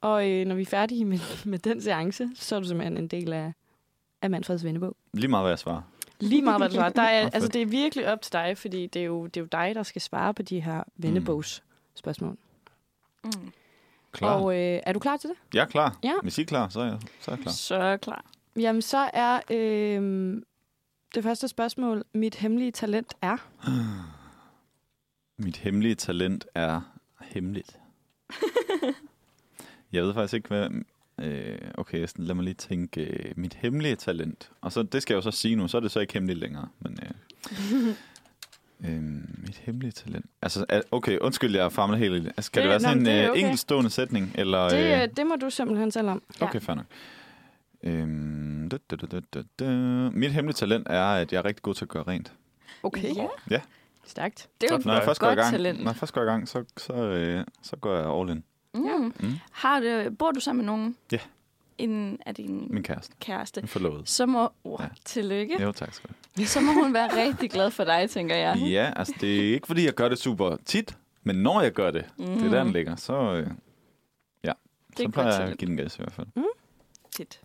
[SPEAKER 2] Og øh, når vi er færdige med, med den seance, så er du simpelthen en del af, af Manfreds vennebog.
[SPEAKER 5] Lige meget, hvad jeg svarer.
[SPEAKER 2] Lige meget, hvad du har. Der er,
[SPEAKER 5] fedt.
[SPEAKER 2] altså, det er virkelig op til dig, fordi det er jo, det er jo dig, der skal svare på de
[SPEAKER 5] Mm.
[SPEAKER 2] her vennebogs spørgsmål.
[SPEAKER 3] Mm.
[SPEAKER 5] Klar. Og, øh...
[SPEAKER 2] Og øh, er du klar til det?
[SPEAKER 5] Jeg er klar.
[SPEAKER 2] Ja.
[SPEAKER 5] Hvis I er klar, så er jeg, så er jeg klar.
[SPEAKER 3] Så klar.
[SPEAKER 2] Jamen, så er øh, det første spørgsmål, mit hemmelige talent er.
[SPEAKER 5] Mit hemmelige talent er hemmeligt. jeg ved faktisk ikke, hvad... Øh, okay, sådan, lad mig lige tænke. Øh, mit hemmelige talent. Og så, det skal jeg jo så sige nu, så er det så ikke hemmeligt længere. Men, øh, øh, mit hemmelige talent. Altså, er- okay, undskyld, jeg famler helt. i det. Altså, kan det,
[SPEAKER 2] Det-
[SPEAKER 5] det være sådan
[SPEAKER 2] nå, men
[SPEAKER 5] en
[SPEAKER 2] det er
[SPEAKER 5] øh,
[SPEAKER 2] okay.
[SPEAKER 5] enkeltstående sætning? Eller,
[SPEAKER 2] Det, øh, det må du simpelthen selv om.
[SPEAKER 3] Ja.
[SPEAKER 5] Okay, fair nok. Øhm, da, da, da, da, da, da. Mit hemmelige talent er, at jeg er rigtig god til at gøre rent.
[SPEAKER 2] Okay.
[SPEAKER 3] Ja.
[SPEAKER 2] Stærkt.
[SPEAKER 3] Det er jo
[SPEAKER 5] når jeg
[SPEAKER 3] et
[SPEAKER 5] først
[SPEAKER 3] godt
[SPEAKER 5] går i gang,
[SPEAKER 3] talent.
[SPEAKER 5] Når jeg først går i gang, så, så, øh, så går jeg all in.
[SPEAKER 3] Mm.
[SPEAKER 5] Mm.
[SPEAKER 3] Har du, bor du sammen med nogen?
[SPEAKER 5] Ja.
[SPEAKER 3] En, er din
[SPEAKER 5] Min kæreste.
[SPEAKER 3] kæreste?
[SPEAKER 5] Min forlovede.
[SPEAKER 3] Så må... Oh,
[SPEAKER 5] Ja.
[SPEAKER 3] ja. Tillykke.
[SPEAKER 5] Jo, tak skal du
[SPEAKER 3] Så må hun være rigtig glad for dig, tænker jeg.
[SPEAKER 5] have. Ja, altså det er ikke, fordi jeg gør det super tit, men når jeg gør det, mm. det er der, den ligger, så, øh, ja,
[SPEAKER 3] er
[SPEAKER 5] så plejer
[SPEAKER 3] et godt
[SPEAKER 5] jeg at
[SPEAKER 3] talent.
[SPEAKER 5] give den gas i hvert fald.
[SPEAKER 3] Tit.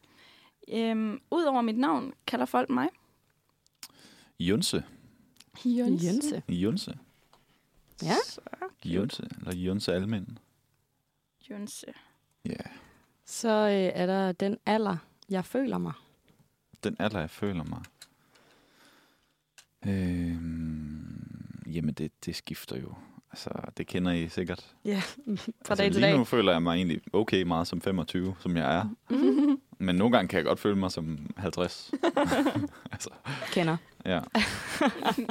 [SPEAKER 3] Øhm, Udover mit navn, kalder folk mig?
[SPEAKER 5] Junse.
[SPEAKER 3] Jens.
[SPEAKER 2] Jense.
[SPEAKER 5] Junse.
[SPEAKER 2] Ja.
[SPEAKER 3] Så,
[SPEAKER 5] Junse. Eller Junse Almen.
[SPEAKER 3] Jonse.
[SPEAKER 5] Ja, yeah.
[SPEAKER 2] Så øh, er der den alder, jeg føler mig.
[SPEAKER 5] den alder, jeg føler mig. Øh, Øhm, jamen, det, det skifter jo. Altså, det kender I sikkert.
[SPEAKER 2] Ja, fra
[SPEAKER 5] altså,
[SPEAKER 2] dag til
[SPEAKER 5] lige
[SPEAKER 2] dag.
[SPEAKER 5] nu føler jeg mig egentlig okay meget som 25, som jeg er.
[SPEAKER 2] Mm-hmm.
[SPEAKER 5] Men nogle gange kan jeg godt føle mig som 50.
[SPEAKER 2] Kender.
[SPEAKER 5] Ja.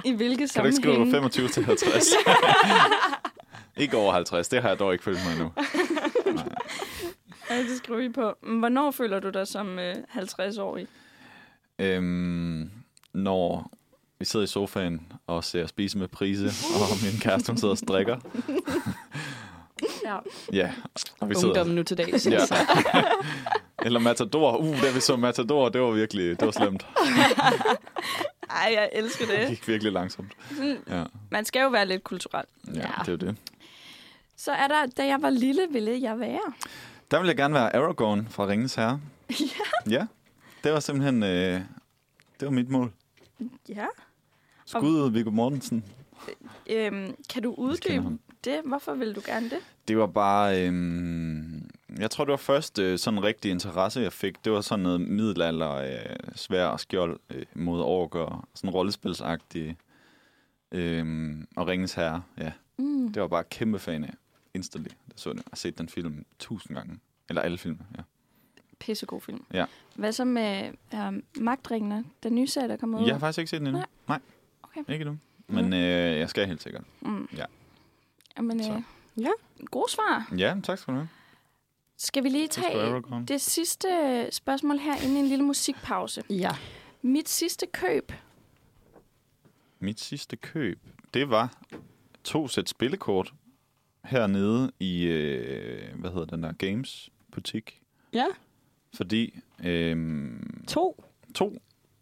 [SPEAKER 3] I hvilke
[SPEAKER 5] Kan du ikke skrive
[SPEAKER 3] sammenhæng?
[SPEAKER 5] 25 til 50? ikke over 50, det har jeg dog ikke følt mig endnu.
[SPEAKER 3] Ja, det skriver vi på. Men Hvornår føler du dig som øh, 50-årig?
[SPEAKER 5] Øhm, når vi sidder i sofaen og ser Spise med Prise, og min kæreste hun sidder og strikker.
[SPEAKER 3] Ja.
[SPEAKER 5] Ja, og vi sidder...
[SPEAKER 2] Ungdommen nu til dag.
[SPEAKER 5] Ja.
[SPEAKER 2] Ja.
[SPEAKER 5] Eller Matador. Uh, da vi så Matador, det var virkelig det var slemt.
[SPEAKER 3] Ej, jeg elsker
[SPEAKER 5] Det
[SPEAKER 3] det.
[SPEAKER 5] gik virkelig langsomt.
[SPEAKER 3] Sådan,
[SPEAKER 5] Ja,
[SPEAKER 3] Man skal jo være lidt kulturel.
[SPEAKER 5] ja,
[SPEAKER 2] Ja.
[SPEAKER 5] det er jo det.
[SPEAKER 3] Så er der, da jeg var lille, ville jeg være.
[SPEAKER 5] Der ville jeg gerne være Aragorn fra Ringens Herre. Ja. Ja, det var simpelthen... Øh, det var mit mål.
[SPEAKER 3] Ja.
[SPEAKER 5] Skud Viggo Mortensen.
[SPEAKER 3] Øhm, kan du
[SPEAKER 5] kender
[SPEAKER 3] uddybe
[SPEAKER 5] ham.
[SPEAKER 3] det? Hvorfor vil du gerne det?
[SPEAKER 5] Det var bare... Øhm, jeg tror, det var først øh, sådan rigtig interesse, jeg fik. Det var sådan noget middelalder, øh, svær og skjold øh, mod orker. Sådan rollespilsagtigt. Øhm, og Ringens Herre, ja.
[SPEAKER 3] Mm.
[SPEAKER 5] Det var jeg bare kæmpe fan af. Instantly. Jeg, så den. jeg har set den film tusind gange. Eller alle film, ja.
[SPEAKER 3] Pissegod film.
[SPEAKER 5] Ja.
[SPEAKER 3] Hvad så med øh, Magtringene, den nye serie, der kommer ud?
[SPEAKER 5] Jeg har faktisk ikke set den endnu.
[SPEAKER 3] Nej.
[SPEAKER 5] Nej.
[SPEAKER 3] Okay.
[SPEAKER 5] Ikke endnu. men øh, jeg skal helt sikkert.
[SPEAKER 3] Mm.
[SPEAKER 5] Ja.
[SPEAKER 3] Jamen,
[SPEAKER 5] Så.
[SPEAKER 3] øh,
[SPEAKER 2] Ja.
[SPEAKER 3] Gode svar.
[SPEAKER 5] Ja, tak skal du have.
[SPEAKER 3] Skal vi lige
[SPEAKER 5] Tak skal du
[SPEAKER 3] tage
[SPEAKER 5] have, Rokon.
[SPEAKER 3] det sidste spørgsmål her, inden en lille musikpause.
[SPEAKER 2] Ja.
[SPEAKER 3] Mit sidste køb.
[SPEAKER 5] Mit sidste køb, det var to sæt spillekort hernede i, øh, hvad hedder den der, Games butik.
[SPEAKER 2] Ja,
[SPEAKER 5] Fordi, øh,
[SPEAKER 2] to.
[SPEAKER 5] to,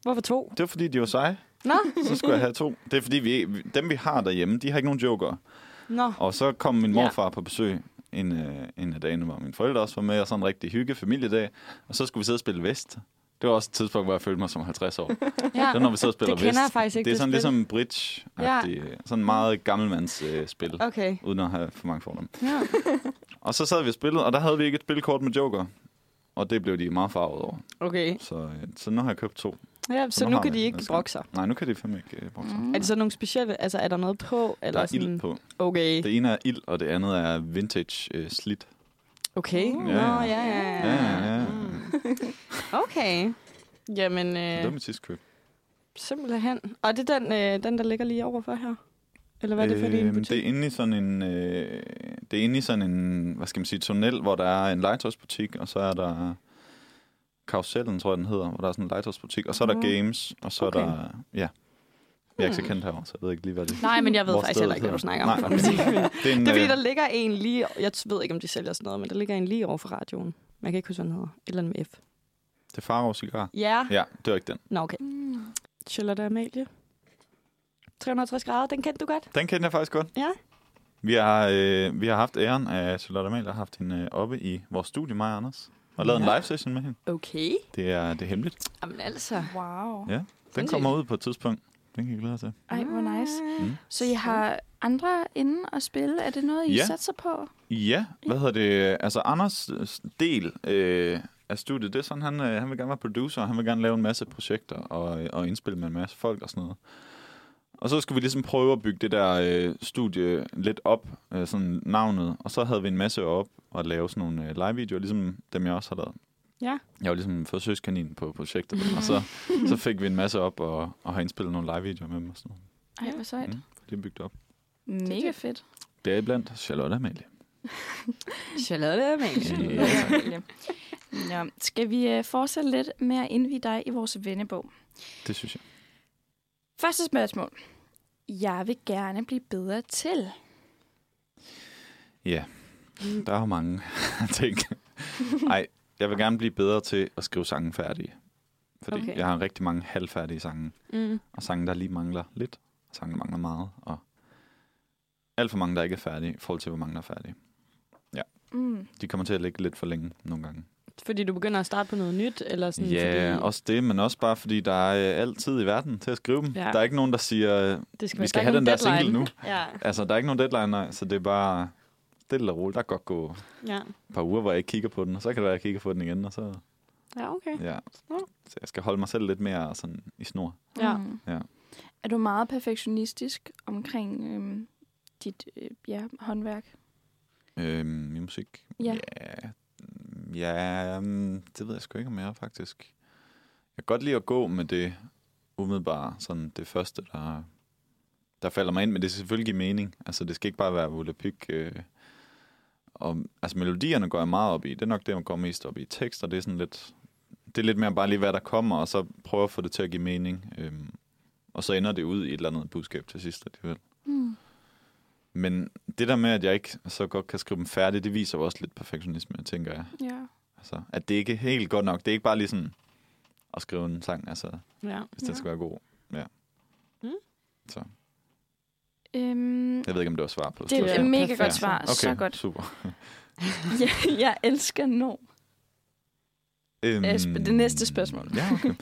[SPEAKER 2] Hvorfor to?
[SPEAKER 5] det var fordi, de var seje.
[SPEAKER 2] Nå,
[SPEAKER 5] Så skulle jeg have to. Det er fordi, vi, vi- dem vi har derhjemme, de har ikke nogen joker.
[SPEAKER 2] nå.
[SPEAKER 5] Og så kom min
[SPEAKER 2] Ja.
[SPEAKER 5] morfar på besøg en, øh, en af dagene, hvor mine forældre også var med, og sådan en rigtig hygge familiedag. Og så skulle vi sidde og spille Vest. Det var også et tidspunkt, hvor jeg følte mig som 50 år.
[SPEAKER 2] Ja.
[SPEAKER 5] Det er, når vi sidder og spiller
[SPEAKER 2] Det kender jeg
[SPEAKER 5] Vest.
[SPEAKER 2] faktisk ikke,
[SPEAKER 5] Det er
[SPEAKER 2] det
[SPEAKER 5] sådan
[SPEAKER 2] spil.
[SPEAKER 5] ligesom bridge ja. Sådan meget gammelmandsspil, øh, spil,
[SPEAKER 2] Okay.
[SPEAKER 5] uden at have for mange fordomme.
[SPEAKER 2] Ja.
[SPEAKER 5] Og så sad vi og spillede, og der havde vi ikke et spilkort med joker. Og det blev de meget farvet over.
[SPEAKER 2] Okay.
[SPEAKER 5] Så, øh, så nu har jeg købt to.
[SPEAKER 2] Ja, så
[SPEAKER 5] nu
[SPEAKER 2] nu
[SPEAKER 5] har
[SPEAKER 2] kan
[SPEAKER 5] vi
[SPEAKER 2] de ikke
[SPEAKER 5] næsten.
[SPEAKER 2] brokke sig.
[SPEAKER 5] Nej, nu kan de fandme ikke øh, bruge mm.
[SPEAKER 2] Er det så nogle specielle? Altså, er der noget på? Eller
[SPEAKER 5] Der er
[SPEAKER 2] sådan?
[SPEAKER 5] ild på.
[SPEAKER 2] Okay.
[SPEAKER 5] Det ene er ild, og det andet er vintage øh, slidt.
[SPEAKER 2] Okay.
[SPEAKER 5] Uh.
[SPEAKER 2] Nå,
[SPEAKER 5] Ja, ja.
[SPEAKER 2] ja, ja,
[SPEAKER 5] Ja, ja, ja.
[SPEAKER 2] Mm. Okay. Jamen,
[SPEAKER 5] Det var
[SPEAKER 2] øh,
[SPEAKER 5] mit sidste køb.
[SPEAKER 2] simpelthen. Og det er den, øh, den, der ligger lige overfor her? Eller hvad er det for øh, en
[SPEAKER 5] Øhm,
[SPEAKER 2] butik?
[SPEAKER 5] Det er inde i sådan en, øh, det er inde i sådan en, hvad skal man sige, tunnel, hvor der er en legetøjsbutik, og så er der Karusellen, tror jeg, den hedder, hvor der er sådan en legetøjsbutik, og så er der
[SPEAKER 2] Nå.
[SPEAKER 5] games, og så
[SPEAKER 2] Okay.
[SPEAKER 5] er der, ja. Jeg er ikke så
[SPEAKER 2] Hmm.
[SPEAKER 5] kendt herovre, så jeg ved ikke lige, hvad det er.
[SPEAKER 2] Nej, men jeg ved
[SPEAKER 5] Hvor
[SPEAKER 2] faktisk
[SPEAKER 5] stedet
[SPEAKER 2] heller ikke, hvad du snakker
[SPEAKER 5] hedder.
[SPEAKER 2] om.
[SPEAKER 5] Nej.
[SPEAKER 2] for at sige det.
[SPEAKER 5] Det er en,
[SPEAKER 2] Det er fordi,
[SPEAKER 5] øh,
[SPEAKER 2] der ligger en lige... Jeg ved ikke, om de sælger sådan noget, men der ligger en lige over for radioen. Man kan ikke huske, hvad den hedder. Et eller andet med F.
[SPEAKER 5] det er Faro Cigar.
[SPEAKER 2] Ja.
[SPEAKER 5] Ja, det var ikke den.
[SPEAKER 2] Nå, okay.
[SPEAKER 3] Mm.
[SPEAKER 2] Charlotte Amalie. 360 grader, den kendte du godt.
[SPEAKER 5] Den kendte jeg faktisk godt.
[SPEAKER 2] Ja.
[SPEAKER 5] Vi har, øh, vi har haft æren af Charlotte Amalie, der har haft hende øh, oppe i vores studie, mig og Anders, og lavet en
[SPEAKER 2] Ja.
[SPEAKER 5] live session med hende.
[SPEAKER 2] Okay.
[SPEAKER 5] Det er, det er hemmeligt.
[SPEAKER 2] Jamen altså.
[SPEAKER 3] Wow.
[SPEAKER 5] Ja. Den
[SPEAKER 2] Sindssygt.
[SPEAKER 5] kommer ud på et tidspunkt. Den kan jeg glæde jer til.
[SPEAKER 3] Ej, hvor
[SPEAKER 2] Ah.
[SPEAKER 3] nice.
[SPEAKER 5] Mm.
[SPEAKER 3] Så I har andre inde at spille? Er det noget, I
[SPEAKER 5] Ja.
[SPEAKER 3] ja. satser på?
[SPEAKER 5] Ja, hvad hedder det? Altså, Anders øh, del øh, af studiet, det er sådan, han, øh, han vil gerne være producer, og han vil gerne lave en masse projekter og, øh, og indspille med en masse folk og sådan noget. Og så skulle vi ligesom prøve at bygge det der øh, studie lidt op, øh, sådan navnet, og så havde vi en masse op og lave sådan nogle øh, live-videoer, ligesom dem, jeg også har lavet.
[SPEAKER 2] Ja.
[SPEAKER 5] Jeg var ligesom en forsøgskanin på projektet, og så, så fik vi en masse op og, og har indspillet nogle live-videoer med dem og sådan noget.
[SPEAKER 3] Ej, hvor sejt.
[SPEAKER 5] Mm. Det er bygget op.
[SPEAKER 3] Mega fedt.
[SPEAKER 5] Det er blandt Charlotte Amalie.
[SPEAKER 2] Charlotte Amalie.
[SPEAKER 5] Ja.
[SPEAKER 3] Ja. Skal vi øh, fortsætte lidt med at indvide dig i vores vennebog?
[SPEAKER 5] Det synes jeg.
[SPEAKER 3] Første spørgsmål. Jeg vil gerne blive bedre til.
[SPEAKER 5] Ja,
[SPEAKER 2] Mm.
[SPEAKER 5] der er jo mange ting. Nej, jeg vil gerne blive bedre til at skrive sange færdige. Fordi
[SPEAKER 3] Okay.
[SPEAKER 5] okay. jeg har rigtig mange halvfærdige sange,
[SPEAKER 2] Mm.
[SPEAKER 5] og sange, der lige mangler lidt, og sange, der mangler meget, og alt for mange, der ikke er færdige, i forhold til, hvor mange, der er færdige.
[SPEAKER 3] Mm.
[SPEAKER 5] De kommer til at ligge lidt for længe nogle gange.
[SPEAKER 2] Fordi du begynder at starte på noget nyt, eller sådan...
[SPEAKER 5] Ja,
[SPEAKER 2] fordi
[SPEAKER 5] også det, men også bare fordi, der er øh, altid i verden til at skrive dem.
[SPEAKER 2] Ja.
[SPEAKER 5] Der er ikke nogen, der siger, øh,
[SPEAKER 2] det
[SPEAKER 5] vi
[SPEAKER 2] være-
[SPEAKER 5] skal
[SPEAKER 2] er
[SPEAKER 5] have
[SPEAKER 2] ikke
[SPEAKER 5] den der
[SPEAKER 2] nogen
[SPEAKER 5] single
[SPEAKER 2] deadline.
[SPEAKER 5] nu.
[SPEAKER 2] Ja.
[SPEAKER 5] Altså, der er ikke nogen deadline, nej, så det er bare stille og roligt. Der kan godt gå
[SPEAKER 2] ja.
[SPEAKER 5] et par uger, hvor jeg ikke kigger på den, og så kan det være, at jeg kigger på den igen, og så
[SPEAKER 2] Ja, okay.
[SPEAKER 5] Ja.
[SPEAKER 2] Nå.
[SPEAKER 5] Så jeg skal holde mig selv lidt mere sådan i snor.
[SPEAKER 2] Ja.
[SPEAKER 3] Mm.
[SPEAKER 5] Ja.
[SPEAKER 3] Er du meget perfektionistisk omkring øhm, dit øh, ja, håndværk?
[SPEAKER 5] Øhm, I musik?
[SPEAKER 3] Ja.
[SPEAKER 5] Ja, mm, ja mm, det ved jeg sgu ikke, om jeg er faktisk. Jeg kan godt lide at gå med det umiddelbare, sådan det første, der, der falder mig ind, men det skal selvfølgelig give mening. Altså, det skal ikke bare være volapyk. Øh, og, altså, melodierne går jeg meget op i. Det er nok det, man går mest op i. Tekster, det er sådan lidt... Det er lidt mere bare lige, hvad der kommer, og så prøve at få det til at give mening. Øhm, og så ender det ud i et eller andet budskab til sidst alligevel.
[SPEAKER 3] Mm.
[SPEAKER 5] Men det der med, at jeg ikke så godt kan skrive dem færdigt, det viser jo også lidt perfektionisme, tænker jeg.
[SPEAKER 3] Ja.
[SPEAKER 5] Altså, at det ikke er helt godt nok. Det er ikke bare lige sådan at skrive en sang, altså,
[SPEAKER 2] ja.
[SPEAKER 5] hvis den
[SPEAKER 3] Ja.
[SPEAKER 5] skal være god. Ja.
[SPEAKER 2] Mm.
[SPEAKER 5] Så
[SPEAKER 3] Øhm,
[SPEAKER 5] jeg ved ikke, om det var svar på
[SPEAKER 3] det er
[SPEAKER 5] spørgsmålet.
[SPEAKER 3] et mega
[SPEAKER 2] perfekt.
[SPEAKER 3] godt svar. Okay. Så godt.
[SPEAKER 5] super.
[SPEAKER 3] Jeg, jeg elsker no.
[SPEAKER 5] Øhm,
[SPEAKER 3] sp- det næste spørgsmål.
[SPEAKER 5] ja, okay.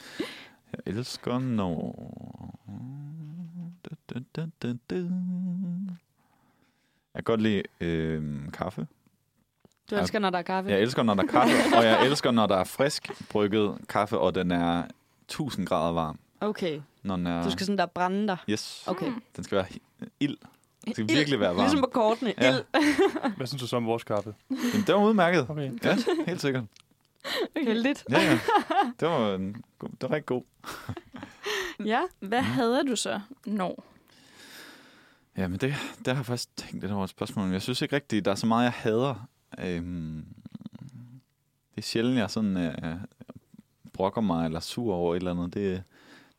[SPEAKER 5] Jeg elsker når... Da, da, da, da, da. Jeg kan godt lide øhm, kaffe.
[SPEAKER 2] Du
[SPEAKER 5] Ja.
[SPEAKER 2] elsker, når der er kaffe.
[SPEAKER 5] Jeg elsker, når der er kaffe, og jeg elsker, når der er frisk brygget kaffe, og den er 1000 grader varm.
[SPEAKER 2] Okay.
[SPEAKER 5] Når den er...
[SPEAKER 2] Du skal sådan der brænde dig.
[SPEAKER 5] Yes,
[SPEAKER 2] Okay.
[SPEAKER 3] Mm.
[SPEAKER 5] den skal være he- ild. Den skal
[SPEAKER 2] Ild.
[SPEAKER 5] virkelig være varm.
[SPEAKER 2] Ligesom på kortene.
[SPEAKER 5] Ja.
[SPEAKER 2] Ja. Ild.
[SPEAKER 4] Hvad synes du så om vores kaffe?
[SPEAKER 5] Jamen, det var udmærket.
[SPEAKER 4] Okay.
[SPEAKER 5] Ja, helt sikkert.
[SPEAKER 2] Heldigt.
[SPEAKER 5] Ja, ja. Det var, en god, det var rigtig god.
[SPEAKER 2] Ja.
[SPEAKER 3] Hvad havde du så? No.
[SPEAKER 5] Ja, men det, det har jeg faktisk tænkt lidt over et spørgsmål. men Jeg synes ikke rigtigt, der er så meget, jeg hader. Øhm, det er sjældent, jeg sådan øh, brokker mig eller er sur over et eller andet. Det,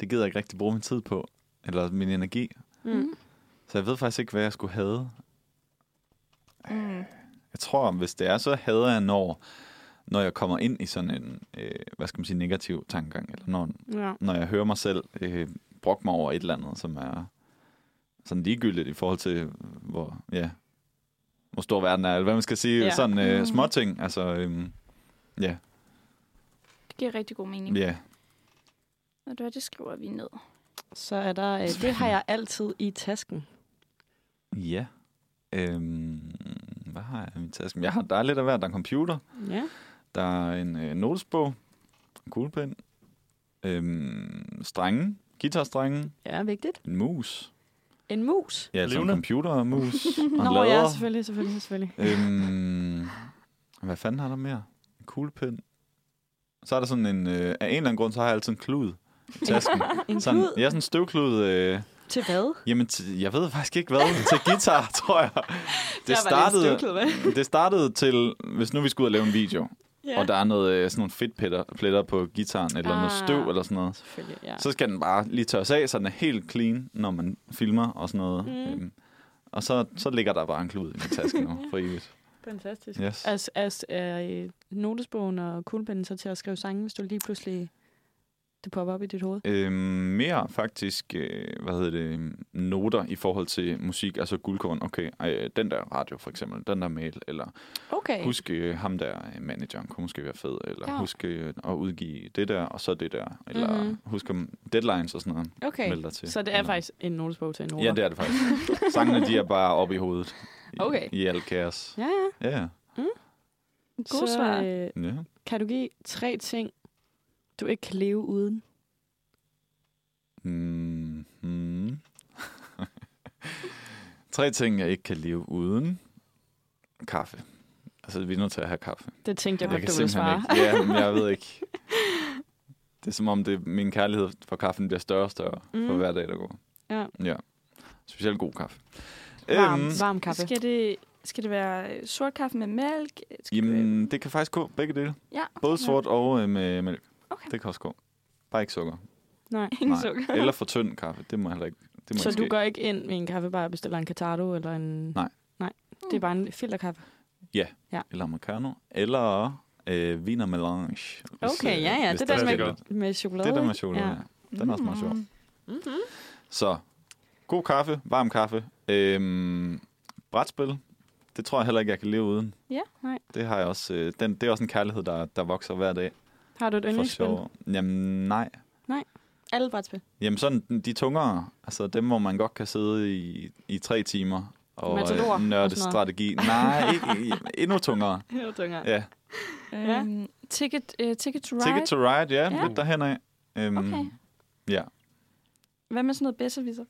[SPEAKER 5] det gider jeg ikke rigtig bruge min tid på, eller min energi.
[SPEAKER 2] Mm.
[SPEAKER 5] Så jeg ved faktisk ikke, hvad jeg skulle have.
[SPEAKER 3] Mm.
[SPEAKER 5] Jeg tror, hvis det er, så hader jeg, når, når jeg kommer ind i sådan en, øh, hvad skal man sige, negativ tankegang, eller når,
[SPEAKER 2] Ja.
[SPEAKER 5] når jeg hører mig selv øh, brokke mig over et eller andet, som er sådan ligegyldigt i forhold til, øh, hvor, ja, hvor stor verden er, eller hvad man skal sige,
[SPEAKER 2] Ja.
[SPEAKER 5] ja. sådan
[SPEAKER 3] Mm.
[SPEAKER 5] øh, småting. Altså, øhm,
[SPEAKER 3] Det giver rigtig god mening.
[SPEAKER 5] ja,
[SPEAKER 3] Og det, det skriver vi ned.
[SPEAKER 2] Så er der, øh, det har jeg altid i tasken.
[SPEAKER 5] ja. Øhm, hvad har jeg i min taske? Jeg har, der er lidt af hver. Der er en computer,
[SPEAKER 2] Ja.
[SPEAKER 5] der er en øh, notesbog, en kuglepen, øhm, strenge, guitarstrenge,
[SPEAKER 2] Ja, vigtigt.
[SPEAKER 5] en mus.
[SPEAKER 2] En mus.
[SPEAKER 5] Ja, altså en
[SPEAKER 4] Levende.
[SPEAKER 5] computermus. og en
[SPEAKER 2] Nå
[SPEAKER 5] lader.
[SPEAKER 2] ja, selvfølgelig, selvfølgelig, selvfølgelig.
[SPEAKER 5] Øhm, hvad fanden har der mere? En kuglepen. Så er der sådan en... Øh, af en eller anden grund, så har jeg altid en klud i tasken.
[SPEAKER 2] En
[SPEAKER 5] Sådan,
[SPEAKER 2] klud
[SPEAKER 5] ja, sådan en støvklud. Øh,
[SPEAKER 2] til hvad?
[SPEAKER 5] jamen, til, jeg ved faktisk ikke hvad. Til guitar, tror jeg. Det startede,
[SPEAKER 2] Var det
[SPEAKER 5] det startede til, hvis nu vi skulle ud og lave en video,
[SPEAKER 2] ja.
[SPEAKER 5] ja. og der er noget, øh, sådan nogle fedtpletter pletter på gitaren, eller ah. noget
[SPEAKER 2] Ah.
[SPEAKER 5] støv eller sådan noget.
[SPEAKER 2] Selvfølgelig, ja.
[SPEAKER 5] Så skal den bare lige tørres af, så den er helt clean, når man filmer og sådan noget.
[SPEAKER 2] Mm.
[SPEAKER 5] Mm. Øhm, og så, så ligger der bare en klud i min taske nu, for evigt.
[SPEAKER 2] Fantastisk.
[SPEAKER 5] Yes.
[SPEAKER 2] Altså, altså er øh, notesbogen og kuglepennen så til at skrive sange, hvis du lige pludselig det popper op i dit hoved?
[SPEAKER 5] Øhm, mere faktisk, øh, hvad hedder det, øhm, noter i forhold til musik, altså guldkorn, okay, øh, den der radio for eksempel, den der mail, eller
[SPEAKER 2] Okay.
[SPEAKER 5] husk øh, ham der, øh, manageren kunne måske være fed, eller
[SPEAKER 2] Ja.
[SPEAKER 5] ja. husk øh, at udgive det der, og så det der, eller
[SPEAKER 2] Mhm.
[SPEAKER 5] mm-hmm. husk om deadlines og sådan noget,
[SPEAKER 2] Okay.
[SPEAKER 5] meld dig til.
[SPEAKER 2] Så det er
[SPEAKER 5] Eller-
[SPEAKER 2] faktisk en notesbog til en noter.
[SPEAKER 5] Ja, det er det faktisk. Sangene, de er bare oppe i hovedet. I,
[SPEAKER 2] Okay.
[SPEAKER 5] I alt kaos.
[SPEAKER 2] Ja, ja.
[SPEAKER 5] Ja,
[SPEAKER 3] God
[SPEAKER 2] så,
[SPEAKER 3] svar.
[SPEAKER 2] Øh,
[SPEAKER 5] ja.
[SPEAKER 2] kan du give tre ting, du ikke kan leve uden?
[SPEAKER 5] Mm, mm. Tre ting, jeg ikke kan leve uden. Kaffe. Altså, vi er nødt til at have kaffe.
[SPEAKER 2] Det tænkte jeg,
[SPEAKER 5] jeg
[SPEAKER 2] godt, du ville svare.
[SPEAKER 5] ikke. Ja, men jeg ved ikke. Det er som om, det, min kærlighed for kaffen bliver større og større mm. for
[SPEAKER 2] Mm.
[SPEAKER 5] hver dag, der går.
[SPEAKER 2] Ja.
[SPEAKER 5] ja. Specielt god kaffe.
[SPEAKER 3] Varmt.
[SPEAKER 5] Øhm,
[SPEAKER 2] Varm kaffe.
[SPEAKER 3] Skal det, skal det være øh, sort kaffe med mælk? Skal det,
[SPEAKER 5] jamen, det kan faktisk gå begge dele.
[SPEAKER 3] ja,
[SPEAKER 5] Både sort og øh, med mælk.
[SPEAKER 3] Okay.
[SPEAKER 5] Det kan også gå. Bare ikke sukker.
[SPEAKER 2] Nej.
[SPEAKER 3] ingen
[SPEAKER 5] Nej.
[SPEAKER 3] sukker.
[SPEAKER 5] Eller for tynd kaffe. Det må heller ikke. Det må
[SPEAKER 2] Så
[SPEAKER 5] ikke
[SPEAKER 2] du
[SPEAKER 5] ske.
[SPEAKER 2] går ikke ind med en kaffebar og bestiller en Cartado eller en...
[SPEAKER 5] Nej.
[SPEAKER 2] Nej, det er bare en filterkaffe.
[SPEAKER 5] Eller americano. Eller øh, viner melange. Hvis,
[SPEAKER 2] Okay,
[SPEAKER 5] øh,
[SPEAKER 2] ja, ja.
[SPEAKER 5] hvis
[SPEAKER 2] Det
[SPEAKER 5] der
[SPEAKER 2] der
[SPEAKER 5] er
[SPEAKER 4] med-
[SPEAKER 5] sikkert.
[SPEAKER 2] med, med chokolade. Mm-hmm.
[SPEAKER 5] Det der med
[SPEAKER 2] ikke?
[SPEAKER 5] chokolade. Ja. Den er også meget sjov.
[SPEAKER 3] Mm.
[SPEAKER 5] Så god kaffe, varm kaffe. Øhm, brætspil. Det tror jeg heller ikke, jeg kan leve uden.
[SPEAKER 3] Ja, nej.
[SPEAKER 5] Det har jeg også. Øh, den, det er også en kærlighed, der, der vokser hver dag.
[SPEAKER 2] Har du et
[SPEAKER 5] for
[SPEAKER 2] yndlingsspil?
[SPEAKER 5] sjov. Jamen, nej.
[SPEAKER 2] Alle brætspil.
[SPEAKER 5] Jamen, sådan de tungere. Altså dem, hvor man godt kan sidde i, i tre timer og
[SPEAKER 2] Matador og
[SPEAKER 5] øh, nørde
[SPEAKER 2] sådan noget.
[SPEAKER 5] strategi. Nej, ikke, endnu tungere.
[SPEAKER 2] Helt tungere.
[SPEAKER 5] Ja.
[SPEAKER 2] Ja.
[SPEAKER 3] Øhm, ticket, uh, ticket to Ride.
[SPEAKER 5] Ticket to Ride, ja,
[SPEAKER 3] Ja.
[SPEAKER 5] ja. lidt derhenad. Um,
[SPEAKER 3] Okay.
[SPEAKER 5] Ja.
[SPEAKER 3] Hvad med sådan noget bedserviser?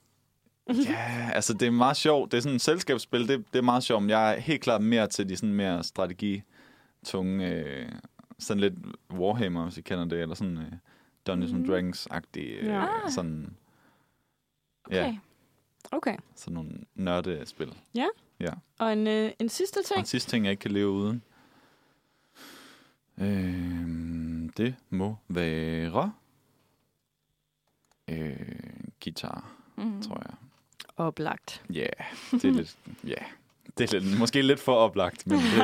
[SPEAKER 5] Ja, altså det er meget sjovt. Det er sådan et selskabsspil, det, det er meget sjovt. Men jeg er helt klart mere til de sådan mere strategitunge, øh, sådan lidt Warhammer, hvis I kender det, eller sådan øh, Dungeons and
[SPEAKER 3] Mhm.
[SPEAKER 5] Dragons-agtige, øh,
[SPEAKER 2] Ja.
[SPEAKER 5] ja. sådan,
[SPEAKER 3] Okay.
[SPEAKER 5] Ja.
[SPEAKER 2] Okay.
[SPEAKER 5] sådan nogle nørdespil.
[SPEAKER 2] Og en, øh, en sidste
[SPEAKER 5] Og
[SPEAKER 2] ting.
[SPEAKER 5] en sidste ting, jeg ikke kan leve uden, øh, det må være øh, guitar,
[SPEAKER 3] Mm.
[SPEAKER 5] tror jeg.
[SPEAKER 2] Oplagt.
[SPEAKER 5] Ja, det er lidt... Ja, det er lidt, måske lidt for oplagt, men det,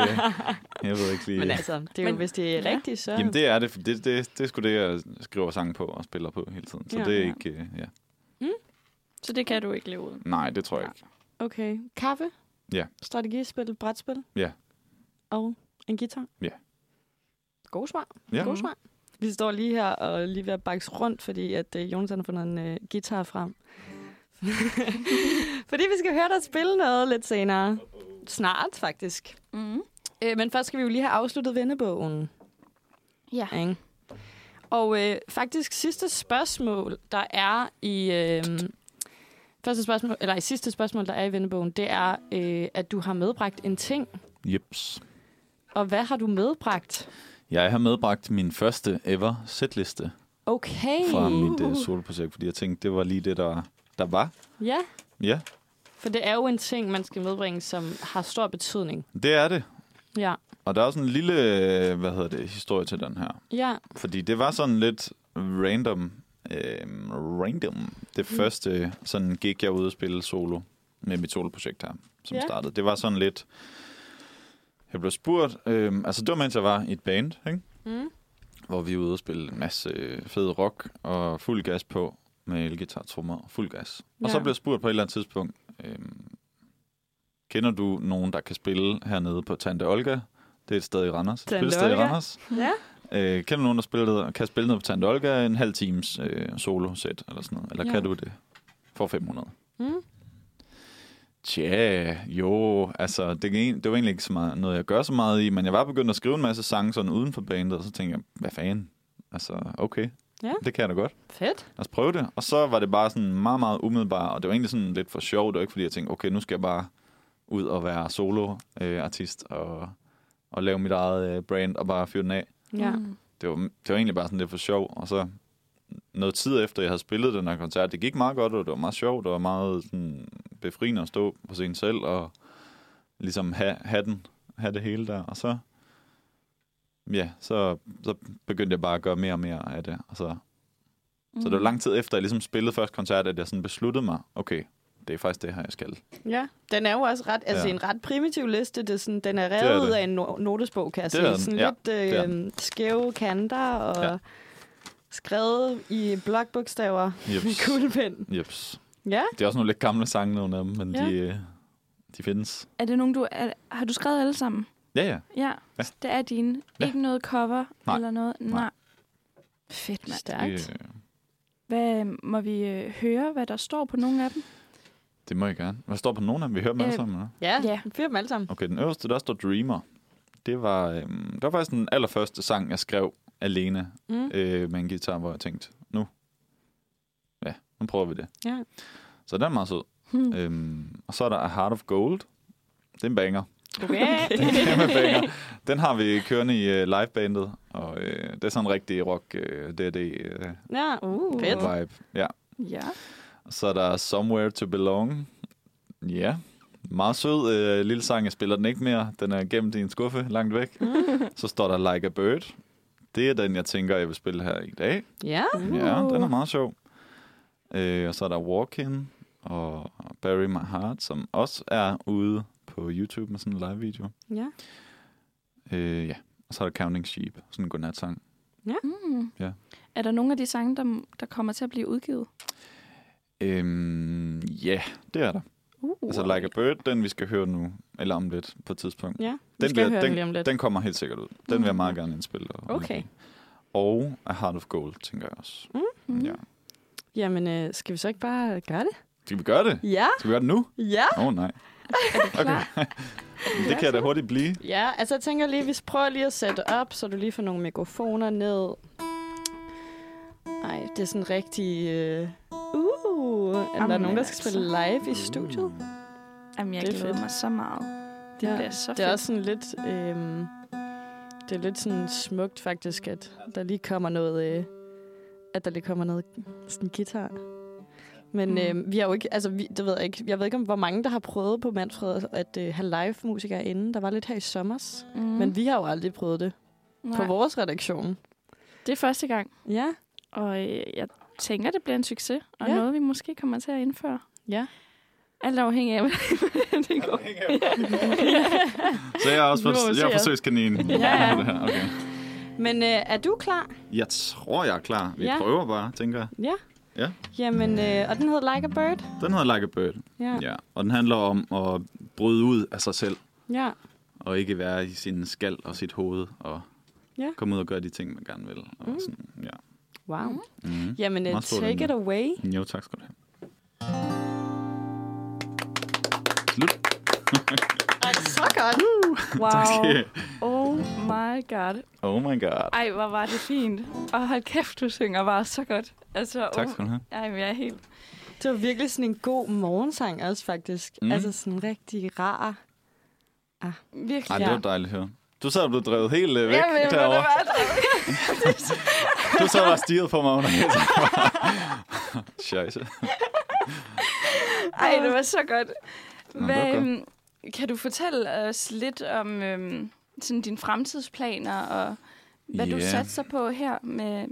[SPEAKER 5] jeg ved ikke lige...
[SPEAKER 2] Men altså, det er jo,
[SPEAKER 3] Men-
[SPEAKER 2] hvis det er
[SPEAKER 3] Ja.
[SPEAKER 2] rigtigt, så...
[SPEAKER 5] Jamen det er det, for det, det, det er sgu det, jeg skriver sang på og spiller på hele tiden. Så
[SPEAKER 2] Ja.
[SPEAKER 5] ja, det er
[SPEAKER 3] Ja.
[SPEAKER 5] ikke... øh, Ja.
[SPEAKER 3] Så det kan du ikke leve uden.
[SPEAKER 5] Nej, det tror jeg ikke.
[SPEAKER 2] Okay. Kaffe?
[SPEAKER 5] Ja.
[SPEAKER 2] Strategispil, brætspil?
[SPEAKER 5] Ja.
[SPEAKER 2] Og en guitar?
[SPEAKER 5] Ja.
[SPEAKER 2] God svar.
[SPEAKER 5] Ja.
[SPEAKER 2] God svar. Vi står lige her og er lige ved at bakse rundt, fordi at øh, Jonas han har fundet en øh, guitar frem. fordi vi skal høre dig spille noget lidt senere. Snart, faktisk.
[SPEAKER 3] Mm.
[SPEAKER 2] Øh, men først skal vi jo lige have afsluttet vennebogen.
[SPEAKER 3] Ja.
[SPEAKER 2] Ikke? Og øh, faktisk sidste spørgsmål, der er i... Øh, første spørgsmål, eller i sidste spørgsmål, der er i vennebogen, det er, øh, at du har medbragt en ting.
[SPEAKER 5] Jeps.
[SPEAKER 2] Og hvad har du medbragt?
[SPEAKER 5] Jeg har medbragt min første ever setliste øh,
[SPEAKER 2] Okay.
[SPEAKER 5] fra mit uh, soloprojekt, fordi jeg tænkte, det var lige det, der, der var.
[SPEAKER 2] Ja,
[SPEAKER 5] Ja,
[SPEAKER 2] For det er jo en ting, man skal medbringe, som har stor betydning.
[SPEAKER 5] Det er det.
[SPEAKER 2] Ja.
[SPEAKER 5] Og der er også en lille, øh, hvad hedder det, historie til den her.
[SPEAKER 2] Ja.
[SPEAKER 5] Fordi det var sådan lidt random. Øh, random. Det mm. første sådan gik jeg ud og spille solo med mit soloprojekt her, som
[SPEAKER 2] Ja.
[SPEAKER 5] yeah. startede. Det var sådan lidt... Jeg blev spurgt... Øh, altså, det var mens jeg var i et band, ikke?
[SPEAKER 2] Mm.
[SPEAKER 5] hvor vi var ude og spille en masse fed rock og fuld gas på med elgitar, trommer og fuld gas. Og så
[SPEAKER 2] Ja.
[SPEAKER 5] blev jeg spurgt på et eller andet tidspunkt, øhm, kender du nogen, der kan spille hernede på Tante Olga? Det er et sted i Randers.
[SPEAKER 2] Tante
[SPEAKER 5] Tante Spillested i
[SPEAKER 2] Olga?
[SPEAKER 5] Randers.
[SPEAKER 2] Ja.
[SPEAKER 5] Øh, kender du nogen, der spiller, kan spille noget på Tante Olga en halv times øh, solo-sæt eller sådan noget? Eller
[SPEAKER 2] Ja.
[SPEAKER 5] ja. kan du det? For 500.
[SPEAKER 2] Mm.
[SPEAKER 5] Tja, jo, altså det, er en- det var egentlig ikke så meget, noget, jeg gør så meget i, men jeg var begyndt at skrive en masse sange sådan uden for bandet, og så tænkte jeg, hvad fanden, altså okay,
[SPEAKER 2] Ja.
[SPEAKER 5] det kan jeg da godt,
[SPEAKER 2] Fedt.
[SPEAKER 5] lad os prøve det. Og så var det bare sådan meget, meget umiddelbart, og det var egentlig sådan lidt for sjov, det var ikke fordi jeg tænkte, okay, nu skal jeg bare ud og være soloartist øh, artist og, og lave mit eget øh, brand og bare fyre den af.
[SPEAKER 2] Ja.
[SPEAKER 3] Mm.
[SPEAKER 5] Det var, det var egentlig bare sådan lidt for sjov, og så noget tid efter, jeg havde spillet den her koncert, det gik meget godt, og det var meget sjovt, og det var meget sådan, befriende at stå på scenen selv, og ligesom have, have, den, have det hele der, og så, ja, så, så begyndte jeg bare at gøre mere og mere af det, og så, mm. så det
[SPEAKER 3] Mm.
[SPEAKER 5] var lang tid efter, jeg ligesom spillede første koncert, at jeg sådan besluttede mig, okay, det er faktisk det her, jeg skal.
[SPEAKER 2] Ja. Den er jo også ret, altså
[SPEAKER 5] Ja.
[SPEAKER 2] en ret primitiv liste. Det er sådan, den er
[SPEAKER 5] er
[SPEAKER 2] revet ud
[SPEAKER 5] det.
[SPEAKER 2] af en no- notesbog, kan jeg
[SPEAKER 5] Det er
[SPEAKER 2] sige.
[SPEAKER 5] den,
[SPEAKER 2] Sådan
[SPEAKER 5] ja. Det er
[SPEAKER 2] lidt øh, skæve kanter og ja.
[SPEAKER 5] Ja.
[SPEAKER 2] skrevet i blokbogstaver med
[SPEAKER 5] Jeps.
[SPEAKER 2] kuglepind.
[SPEAKER 5] Jeps.
[SPEAKER 2] Ja.
[SPEAKER 5] Det er også nogle lidt gamle sange, nogle af dem, men
[SPEAKER 2] Ja.
[SPEAKER 5] ja. de, øh, de findes.
[SPEAKER 3] Er det nogen, du... Er, har du skrevet alle sammen?
[SPEAKER 5] Ja, ja.
[SPEAKER 3] Ja,
[SPEAKER 5] Ja.
[SPEAKER 3] det er dine.
[SPEAKER 5] Ja.
[SPEAKER 3] Ikke noget cover
[SPEAKER 5] Nej.
[SPEAKER 3] eller noget?
[SPEAKER 5] Nej.
[SPEAKER 3] Fedt, mand.
[SPEAKER 5] Det,
[SPEAKER 2] Stærkt.
[SPEAKER 5] øh,
[SPEAKER 3] Hvad, må vi øh, høre, hvad der står på nogle af dem?
[SPEAKER 5] det må jeg gerne. Hvad står på nogen af dem? Vi hører dem alle
[SPEAKER 3] Øh,
[SPEAKER 5] sammen, eller?
[SPEAKER 2] Ja,
[SPEAKER 3] Ja.
[SPEAKER 2] ja. fyr dem alle sammen.
[SPEAKER 5] Okay, den øverste, der står Dreamer. Det var, øhm, det var faktisk den allerførste sang, jeg skrev alene
[SPEAKER 2] Mm.
[SPEAKER 5] øh, med en guitar, hvor jeg tænkte, nu, ja, nu prøver vi det.
[SPEAKER 2] Ja.
[SPEAKER 5] Så den er meget sød.
[SPEAKER 3] Hmm.
[SPEAKER 2] Øh.
[SPEAKER 5] Øhm, og så er der A Heart of Gold. Det er en banger.
[SPEAKER 2] Okay.
[SPEAKER 5] Det er en kæmpe banger. Den har vi kørende i øh, livebandet, og øh, det er sådan en rigtig rock, øh, det øh,
[SPEAKER 2] Ja, uh. Fedt.
[SPEAKER 5] vibe. Ja.
[SPEAKER 3] Ja.
[SPEAKER 5] Så er der Somewhere to Belong. Ja, meget sød øh, lille sang. Jeg spiller den ikke mere. Den er gemt i en skuffe langt væk.
[SPEAKER 2] Mm.
[SPEAKER 5] Så står der Like a Bird. Det er den, jeg tænker, jeg vil spille her i dag.
[SPEAKER 2] Ja.
[SPEAKER 5] Ja,
[SPEAKER 3] Uh.
[SPEAKER 5] den er meget sjov. Øh, og så er der Walkin og Bury My Heart, som også er ude på YouTube med sådan en live-video.
[SPEAKER 2] Ja.
[SPEAKER 5] Øh, ja, og så er der Counting Sheep, sådan en godnatsang.
[SPEAKER 3] Mm.
[SPEAKER 5] Ja.
[SPEAKER 3] Er der nogle af de sange, der, der kommer til at blive udgivet?
[SPEAKER 5] Øhm, Ja, yeah, det er der.
[SPEAKER 3] Uh.
[SPEAKER 5] Altså Like a Bird, den vi skal høre nu, eller om lidt på et tidspunkt.
[SPEAKER 2] Ja, vi
[SPEAKER 5] Den
[SPEAKER 2] skal
[SPEAKER 5] bliver-
[SPEAKER 2] høre
[SPEAKER 5] den-
[SPEAKER 2] den lige om lidt.
[SPEAKER 5] Den kommer helt sikkert ud. Den vil jeg meget
[SPEAKER 3] Mm.
[SPEAKER 5] gerne indspille. Og
[SPEAKER 2] Okay.
[SPEAKER 5] Og A Heart of Gold, tænker jeg også.
[SPEAKER 3] Mm.
[SPEAKER 5] Ja.
[SPEAKER 2] Jamen, øh, skal vi så ikke bare gøre det?
[SPEAKER 5] Skal vi gøre det?
[SPEAKER 2] Ja.
[SPEAKER 5] Skal vi gøre det nu?
[SPEAKER 2] Ja.
[SPEAKER 5] Åh oh, nej. Okay. det kan da hurtigt blive.
[SPEAKER 2] Ja, altså jeg tænker lige, vi prøver lige at sætte op, så du lige får nogle mikrofoner ned. Ej, det er sådan rigtig... Øh... Uh, er der
[SPEAKER 3] Jamen,
[SPEAKER 2] nogen, der skal
[SPEAKER 3] altså. Uh.
[SPEAKER 2] spille live i studiet?
[SPEAKER 3] Jamen, jeg
[SPEAKER 2] Det er
[SPEAKER 3] glæder
[SPEAKER 2] fedt.
[SPEAKER 3] mig så meget. Det
[SPEAKER 2] Ja,
[SPEAKER 3] bliver så fedt.
[SPEAKER 2] Det er også sådan lidt... Øh... Det er lidt sådan smukt faktisk, at der lige kommer noget... Øh... At der lige kommer noget sådan guitar. Men
[SPEAKER 3] Mm.
[SPEAKER 2] mm. øh, vi har jo ikke, altså vi, det ved jeg ikke, jeg ved ikke om, hvor mange der har prøvet på Manfred at øh, have live-musikere inden. Der var lidt her i sommers,
[SPEAKER 3] Mm.
[SPEAKER 2] mm. men vi har jo aldrig prøvet det Nej. på
[SPEAKER 3] Nej.
[SPEAKER 2] vores redaktion.
[SPEAKER 3] Det er første gang,
[SPEAKER 2] Ja.
[SPEAKER 3] og øh, jeg tænker, det bliver en succes, og
[SPEAKER 2] Ja.
[SPEAKER 3] noget, vi måske kommer til at indføre.
[SPEAKER 2] Ja.
[SPEAKER 3] Alt afhængig af, hvordan det går.
[SPEAKER 5] Så jeg er også
[SPEAKER 2] Nu må vi
[SPEAKER 5] for,
[SPEAKER 2] se,
[SPEAKER 5] jeg er
[SPEAKER 2] ja.
[SPEAKER 5] forsøgskaninen.
[SPEAKER 2] Ja, ja.
[SPEAKER 5] Det her, Okay.
[SPEAKER 2] Men øh, er du klar?
[SPEAKER 5] Jeg tror, jeg er klar. Vi
[SPEAKER 2] Ja.
[SPEAKER 5] ja. prøver bare, tænker jeg.
[SPEAKER 2] Ja.
[SPEAKER 5] Ja.
[SPEAKER 2] Jamen, øh, og den hedder Like a Bird?
[SPEAKER 5] Den hedder Like a Bird.
[SPEAKER 2] Ja.
[SPEAKER 5] Ja. Og den handler om at bryde ud af sig selv.
[SPEAKER 2] Ja.
[SPEAKER 5] og ikke være i sin skal og sit hoved og
[SPEAKER 2] Ja.
[SPEAKER 5] ja. komme ud og gøre de ting, man gerne vil. Og
[SPEAKER 2] Mm.
[SPEAKER 5] mm. sådan, ja.
[SPEAKER 2] Wow.
[SPEAKER 5] Mm-hmm.
[SPEAKER 2] Jamen, øh,
[SPEAKER 5] Meget stor, den
[SPEAKER 2] take it
[SPEAKER 5] der.
[SPEAKER 2] away.
[SPEAKER 5] Jo, tak skal du have. Slut.
[SPEAKER 2] Så godt.
[SPEAKER 3] Wow.
[SPEAKER 5] Okay.
[SPEAKER 3] Oh my god.
[SPEAKER 5] Oh my god.
[SPEAKER 3] Ej, hvor var det fint. Og hold kæft, du synger bare så godt. Altså,
[SPEAKER 5] Tak
[SPEAKER 3] oh,
[SPEAKER 5] skal du have.
[SPEAKER 3] ej, men jeg er helt
[SPEAKER 2] Det var virkelig sådan en god morgensang også, faktisk. Mm.
[SPEAKER 5] Mm.
[SPEAKER 2] Altså sådan rigtig rar.
[SPEAKER 3] virkelig...
[SPEAKER 5] Ej,
[SPEAKER 2] Ja.
[SPEAKER 5] det var dejligt at høre. Du sad og blev drevet helt øh, væk
[SPEAKER 3] Jamen, jeg ved, hvad
[SPEAKER 5] derovre.
[SPEAKER 3] det var.
[SPEAKER 5] Du sad og stirrede på mig. under hele tiden. Scheisse.
[SPEAKER 3] Ej, det var så godt.
[SPEAKER 5] var
[SPEAKER 3] Hvad,
[SPEAKER 5] godt.
[SPEAKER 3] øhm, kan du fortælle os lidt om øhm, sådan dine fremtidsplaner, og hvad yeah. du
[SPEAKER 5] Ja.
[SPEAKER 3] satser på her med,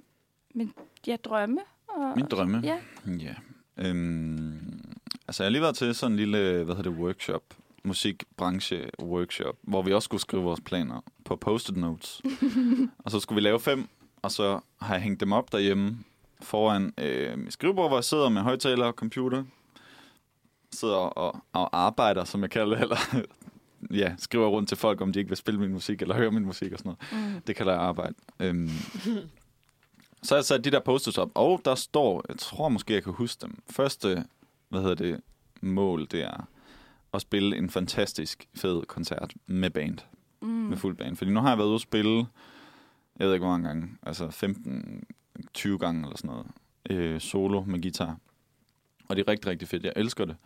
[SPEAKER 3] med ja, drømme? Og,
[SPEAKER 5] Min drømme?
[SPEAKER 3] Ja.
[SPEAKER 5] ja. Øhm, altså, jeg har lige været til sådan en lille, hvad hedder det, workshop. Musikbranche-workshop, hvor vi også skulle skrive vores planer på post-it notes. og så skulle vi lave fem, og så har jeg hængt dem op derhjemme foran øh, mit skrivebord, hvor jeg sidder med højtaler og computer. Sidder og, og arbejder, som jeg kalder det, eller ja, skriver rundt til folk, om de ikke vil spille min musik, eller høre min musik og sådan noget.
[SPEAKER 3] Mm.
[SPEAKER 5] Det kalder jeg arbejde. Øhm, så har jeg sat de der post op, og der står, jeg tror måske, jeg kan huske dem. Første, hvad hedder det, mål, det er at spille en fantastisk fed koncert med band, mm. med
[SPEAKER 3] Mm.
[SPEAKER 5] fuld band. Fordi nu har jeg været ude at spille, jeg ved ikke hvor mange gange, altså 15-20 gange eller sådan noget, øh, solo med guitar. Og det er rigtig, rigtig fedt. Jeg elsker det.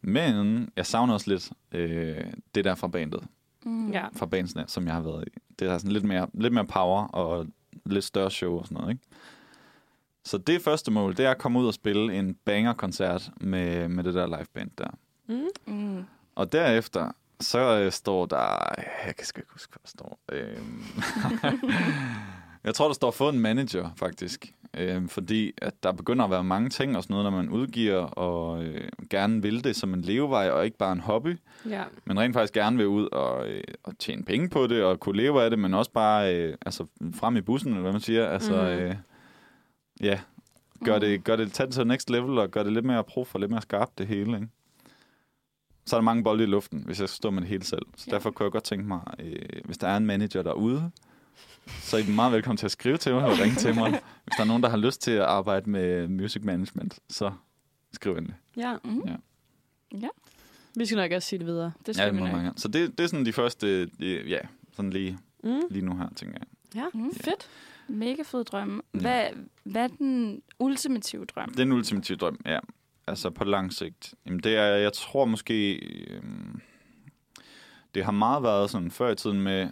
[SPEAKER 5] Men jeg savner også lidt øh, det der fra bandet
[SPEAKER 3] Mm.
[SPEAKER 2] Ja.
[SPEAKER 5] fra bandsene, som jeg har været i. Det er sådan lidt mere, lidt mere power og lidt større show og sådan noget, ikke? Så det første mål, det er at komme ud og spille en banger-koncert med, med det der liveband der.
[SPEAKER 2] Mm.
[SPEAKER 3] Mm.
[SPEAKER 5] Og derefter, så øh, står der... Jeg kan sgu ikke huske, hvad der står. Øhm, jeg tror, der står få en manager, faktisk. Øhm, fordi at der begynder at være mange ting og sådan noget, når man udgiver og øh, gerne vil det som en levevej og ikke bare en hobby
[SPEAKER 2] Ja.
[SPEAKER 5] men rent faktisk gerne vil ud og, øh, og tjene penge på det, og kunne leve af det, men også bare øh, altså, frem i bussen, eller hvad man siger. Altså,
[SPEAKER 2] Mhm.
[SPEAKER 5] mm. øh, ja, gør
[SPEAKER 3] Mm.
[SPEAKER 5] det, gør det, tag det til next level, og gør det lidt mere pro for lidt mere skarpt det hele. Ikke? Så er der mange bolde i luften, hvis jeg skal stå med det hele selv. Så
[SPEAKER 2] Ja.
[SPEAKER 5] ja. derfor kunne jeg godt tænke mig, øh, hvis der er en manager derude, så er I meget velkommen til at skrive til mig og ringe til mig. Hvis der er nogen, der har lyst til at arbejde med music management, så skriv endelig.
[SPEAKER 2] ja.
[SPEAKER 3] Mm.
[SPEAKER 5] Ja.
[SPEAKER 2] Vi skal nok også sige det videre.
[SPEAKER 3] Det
[SPEAKER 5] Ja,
[SPEAKER 3] skal
[SPEAKER 5] det
[SPEAKER 3] vi
[SPEAKER 5] må man
[SPEAKER 3] nok.
[SPEAKER 5] gerne. Så det, det er sådan de første, øh, ja, sådan lige
[SPEAKER 2] Mm.
[SPEAKER 5] lige nu her, tænker jeg.
[SPEAKER 3] Mm.
[SPEAKER 2] Fedt.
[SPEAKER 3] Mega fed drømme.
[SPEAKER 5] Ja.
[SPEAKER 3] Hvad, hvad er den ultimative drøm?
[SPEAKER 5] Den ultimative drøm, ja. Altså på lang sigt. Jamen det er, jeg tror måske, øhm, det har meget været sådan før i tiden med,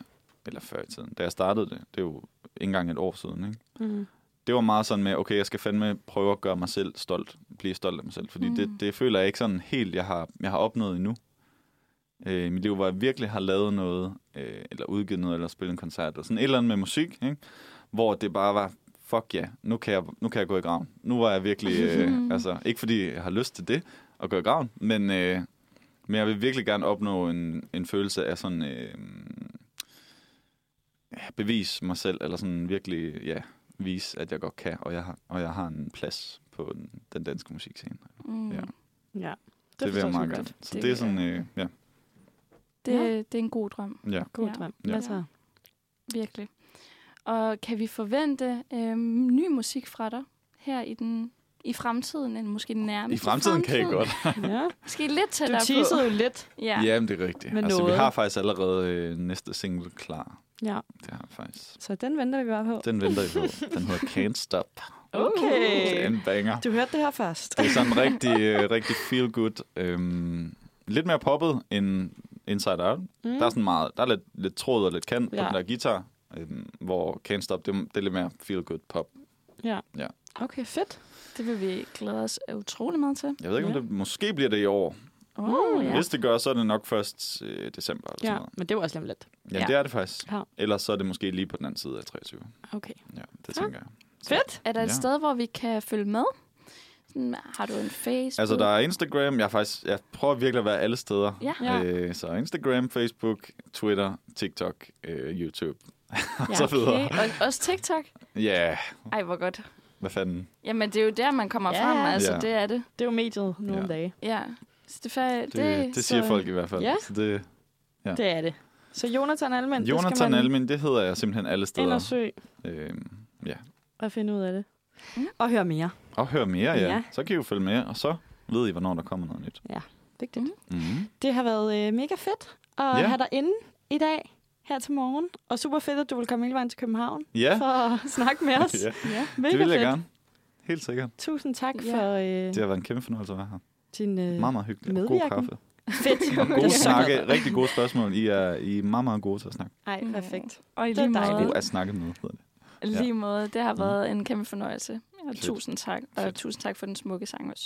[SPEAKER 5] eller før i tiden, da jeg startede det, det er jo ikke engang et år siden, ikke?
[SPEAKER 2] Mm.
[SPEAKER 5] Det var meget sådan med, okay, jeg skal fandme prøve at gøre mig selv stolt, blive stolt af mig selv, fordi mm. det,
[SPEAKER 3] Mm.
[SPEAKER 5] det føler jeg ikke sådan helt, jeg har, jeg har opnået endnu. Øh, i mit liv, hvor jeg virkelig har lavet noget, øh, eller udgivet noget, eller spillet en koncert, eller sådan et eller andet med musik, ikke? hvor det bare var, fuck ja, yeah, nu, kan jeg, nu kan jeg gå i graven. Nu var jeg virkelig, øh, altså ikke fordi jeg har lyst til det, at gå i graven, men, øh, men jeg vil virkelig gerne opnå en, en følelse af sådan, øh, ja, bevis mig selv, eller sådan virkelig, ja, vise, at jeg godt kan, og jeg har, og jeg har en plads på den, den danske musikscene.
[SPEAKER 3] Mm.
[SPEAKER 5] Ja.
[SPEAKER 2] Ja.
[SPEAKER 5] Det, det
[SPEAKER 2] forstår
[SPEAKER 5] vil jeg
[SPEAKER 2] så
[SPEAKER 5] meget
[SPEAKER 2] godt.
[SPEAKER 5] gerne. Så
[SPEAKER 3] Det
[SPEAKER 5] det, det er
[SPEAKER 3] vil jeg
[SPEAKER 5] sådan, øh, ja,
[SPEAKER 3] Det,
[SPEAKER 2] Ja.
[SPEAKER 3] det er en god drøm.
[SPEAKER 5] ja.
[SPEAKER 2] God
[SPEAKER 3] Ja.
[SPEAKER 2] drøm.
[SPEAKER 5] Ja.
[SPEAKER 2] Hvad så?
[SPEAKER 3] Virkelig. Og kan vi forvente øh, ny musik fra dig her i den i fremtiden, eller måske den
[SPEAKER 5] I
[SPEAKER 3] nærmeste
[SPEAKER 5] fremtiden kan jeg godt.
[SPEAKER 2] Ja.
[SPEAKER 3] Måske lidt
[SPEAKER 2] Du
[SPEAKER 3] tættere
[SPEAKER 2] teasede
[SPEAKER 3] på.
[SPEAKER 2] jo lidt.
[SPEAKER 3] Ja.
[SPEAKER 5] Ja, Jamen, det er rigtigt.
[SPEAKER 2] Med
[SPEAKER 5] altså, vi
[SPEAKER 2] noget.
[SPEAKER 5] har faktisk allerede øh, næste single klar.
[SPEAKER 2] Ja.
[SPEAKER 5] Det har vi faktisk.
[SPEAKER 2] Så den venter vi bare på.
[SPEAKER 5] Den venter I på. Den hedder Can't Stop. Det er
[SPEAKER 2] Okay.
[SPEAKER 5] en banger.
[SPEAKER 2] Du hørte det her først.
[SPEAKER 5] Det er sådan rigtig, øh, rigtig feel good. Øhm, lidt mere poppet end Inside Out. Mm. Der er sådan meget, der er lidt, lidt tråd og lidt kant ja.
[SPEAKER 2] Ja.
[SPEAKER 5] på den der guitar, øhm, hvor Can't Stop, det, er- det er lidt mere feel good pop.
[SPEAKER 2] Ja.
[SPEAKER 5] Ja.
[SPEAKER 2] Mm. Okay, fedt.
[SPEAKER 3] Det vil vi glæde os utrolig meget til.
[SPEAKER 5] Jeg ved ikke, ja.
[SPEAKER 2] Ja.
[SPEAKER 5] om det måske bliver det i år.
[SPEAKER 3] Åh,
[SPEAKER 2] Mm.
[SPEAKER 5] Ja.
[SPEAKER 3] ja.
[SPEAKER 5] Hvis det gør, så er det nok først øh, december. Eller
[SPEAKER 2] Ja,
[SPEAKER 5] sådan noget.
[SPEAKER 2] men det var også lige om lidt.
[SPEAKER 5] Ja,
[SPEAKER 3] Ja.
[SPEAKER 5] ja, det er det faktisk.
[SPEAKER 2] Ja.
[SPEAKER 5] Ellers så er det måske lige på den anden side af 23.
[SPEAKER 2] Okay.
[SPEAKER 5] Ja, det tænker jeg.
[SPEAKER 2] Fedt.
[SPEAKER 3] Er der et
[SPEAKER 5] Ja.
[SPEAKER 3] sted, hvor vi kan følge med? Sådan, har du en Facebook?
[SPEAKER 5] Altså, der er Instagram. Jeg, er faktisk, jeg prøver virkelig at være alle steder.
[SPEAKER 3] Ja.
[SPEAKER 2] Ja.
[SPEAKER 5] Øh, så Instagram, Facebook, Twitter, TikTok, øh, YouTube.
[SPEAKER 2] Ja,
[SPEAKER 5] så videre.
[SPEAKER 3] Okay. Og, også TikTok?
[SPEAKER 5] Ja, yeah.
[SPEAKER 3] Ej, hvor godt.
[SPEAKER 5] hvad fanden.
[SPEAKER 3] Jamen, det er jo der, man kommer
[SPEAKER 2] Ja.
[SPEAKER 3] frem. Altså,
[SPEAKER 5] Ja.
[SPEAKER 3] det er det.
[SPEAKER 2] Det er jo mediet nogle
[SPEAKER 5] Ja.
[SPEAKER 2] dage.
[SPEAKER 3] Ja. Så det, er fa-
[SPEAKER 5] Det, det, det siger
[SPEAKER 3] så-
[SPEAKER 5] folk i hvert fald.
[SPEAKER 2] Ja.
[SPEAKER 5] Så det, Ja.
[SPEAKER 2] Det er det. Så Jonathan Almen, det skal
[SPEAKER 5] Jonathan
[SPEAKER 2] man
[SPEAKER 5] Almin, det hedder jeg simpelthen alle
[SPEAKER 2] ind
[SPEAKER 5] steder.
[SPEAKER 2] og søge
[SPEAKER 5] Øh, ja.
[SPEAKER 2] og finde ud af det.
[SPEAKER 3] Mm.
[SPEAKER 2] Og høre mere.
[SPEAKER 5] Og hør mere, ja.
[SPEAKER 2] Ja.
[SPEAKER 5] ja. Så kan I jo følge med, og så ved I, hvornår der kommer noget nyt.
[SPEAKER 2] Vigtigt.
[SPEAKER 3] Mm.
[SPEAKER 2] Mm.
[SPEAKER 5] Mm-hmm.
[SPEAKER 2] Det har været øh, mega fedt at
[SPEAKER 5] Ja.
[SPEAKER 2] have dig inde i dag her til morgen. Og super fedt, at du vil komme hele vejen til København
[SPEAKER 5] Ja,
[SPEAKER 2] for at snakke med os.
[SPEAKER 5] ja.
[SPEAKER 3] Ja.
[SPEAKER 2] Mega
[SPEAKER 5] det vil jeg
[SPEAKER 2] fedt.
[SPEAKER 5] gerne. Helt sikkert.
[SPEAKER 2] Tusind tak
[SPEAKER 3] Ja.
[SPEAKER 2] for øh,
[SPEAKER 5] Det har været en kæmpe fornøjelse at være her.
[SPEAKER 2] din... Øh,
[SPEAKER 5] Meget, meget hyggeligt. og God
[SPEAKER 2] medvirken.
[SPEAKER 5] kaffe.
[SPEAKER 2] Fedt.
[SPEAKER 5] Og
[SPEAKER 2] Det er
[SPEAKER 5] gode
[SPEAKER 2] så
[SPEAKER 5] snakke.
[SPEAKER 2] godt.
[SPEAKER 5] Rigtig gode spørgsmål. I er, I er meget, meget gode til at snakke.
[SPEAKER 2] Ej,
[SPEAKER 3] Mm.
[SPEAKER 2] perfekt.
[SPEAKER 3] Og i
[SPEAKER 2] Det er
[SPEAKER 3] lige
[SPEAKER 2] dejligt.
[SPEAKER 5] God
[SPEAKER 3] måde,
[SPEAKER 5] at snakke med, hedder det.
[SPEAKER 3] lige måde, det har
[SPEAKER 5] Mm.
[SPEAKER 3] været en kæmpe fornøjelse. Og
[SPEAKER 5] Fedt.
[SPEAKER 3] tusind tak. Og
[SPEAKER 5] Fedt.
[SPEAKER 3] tusind tak for den smukke sang også.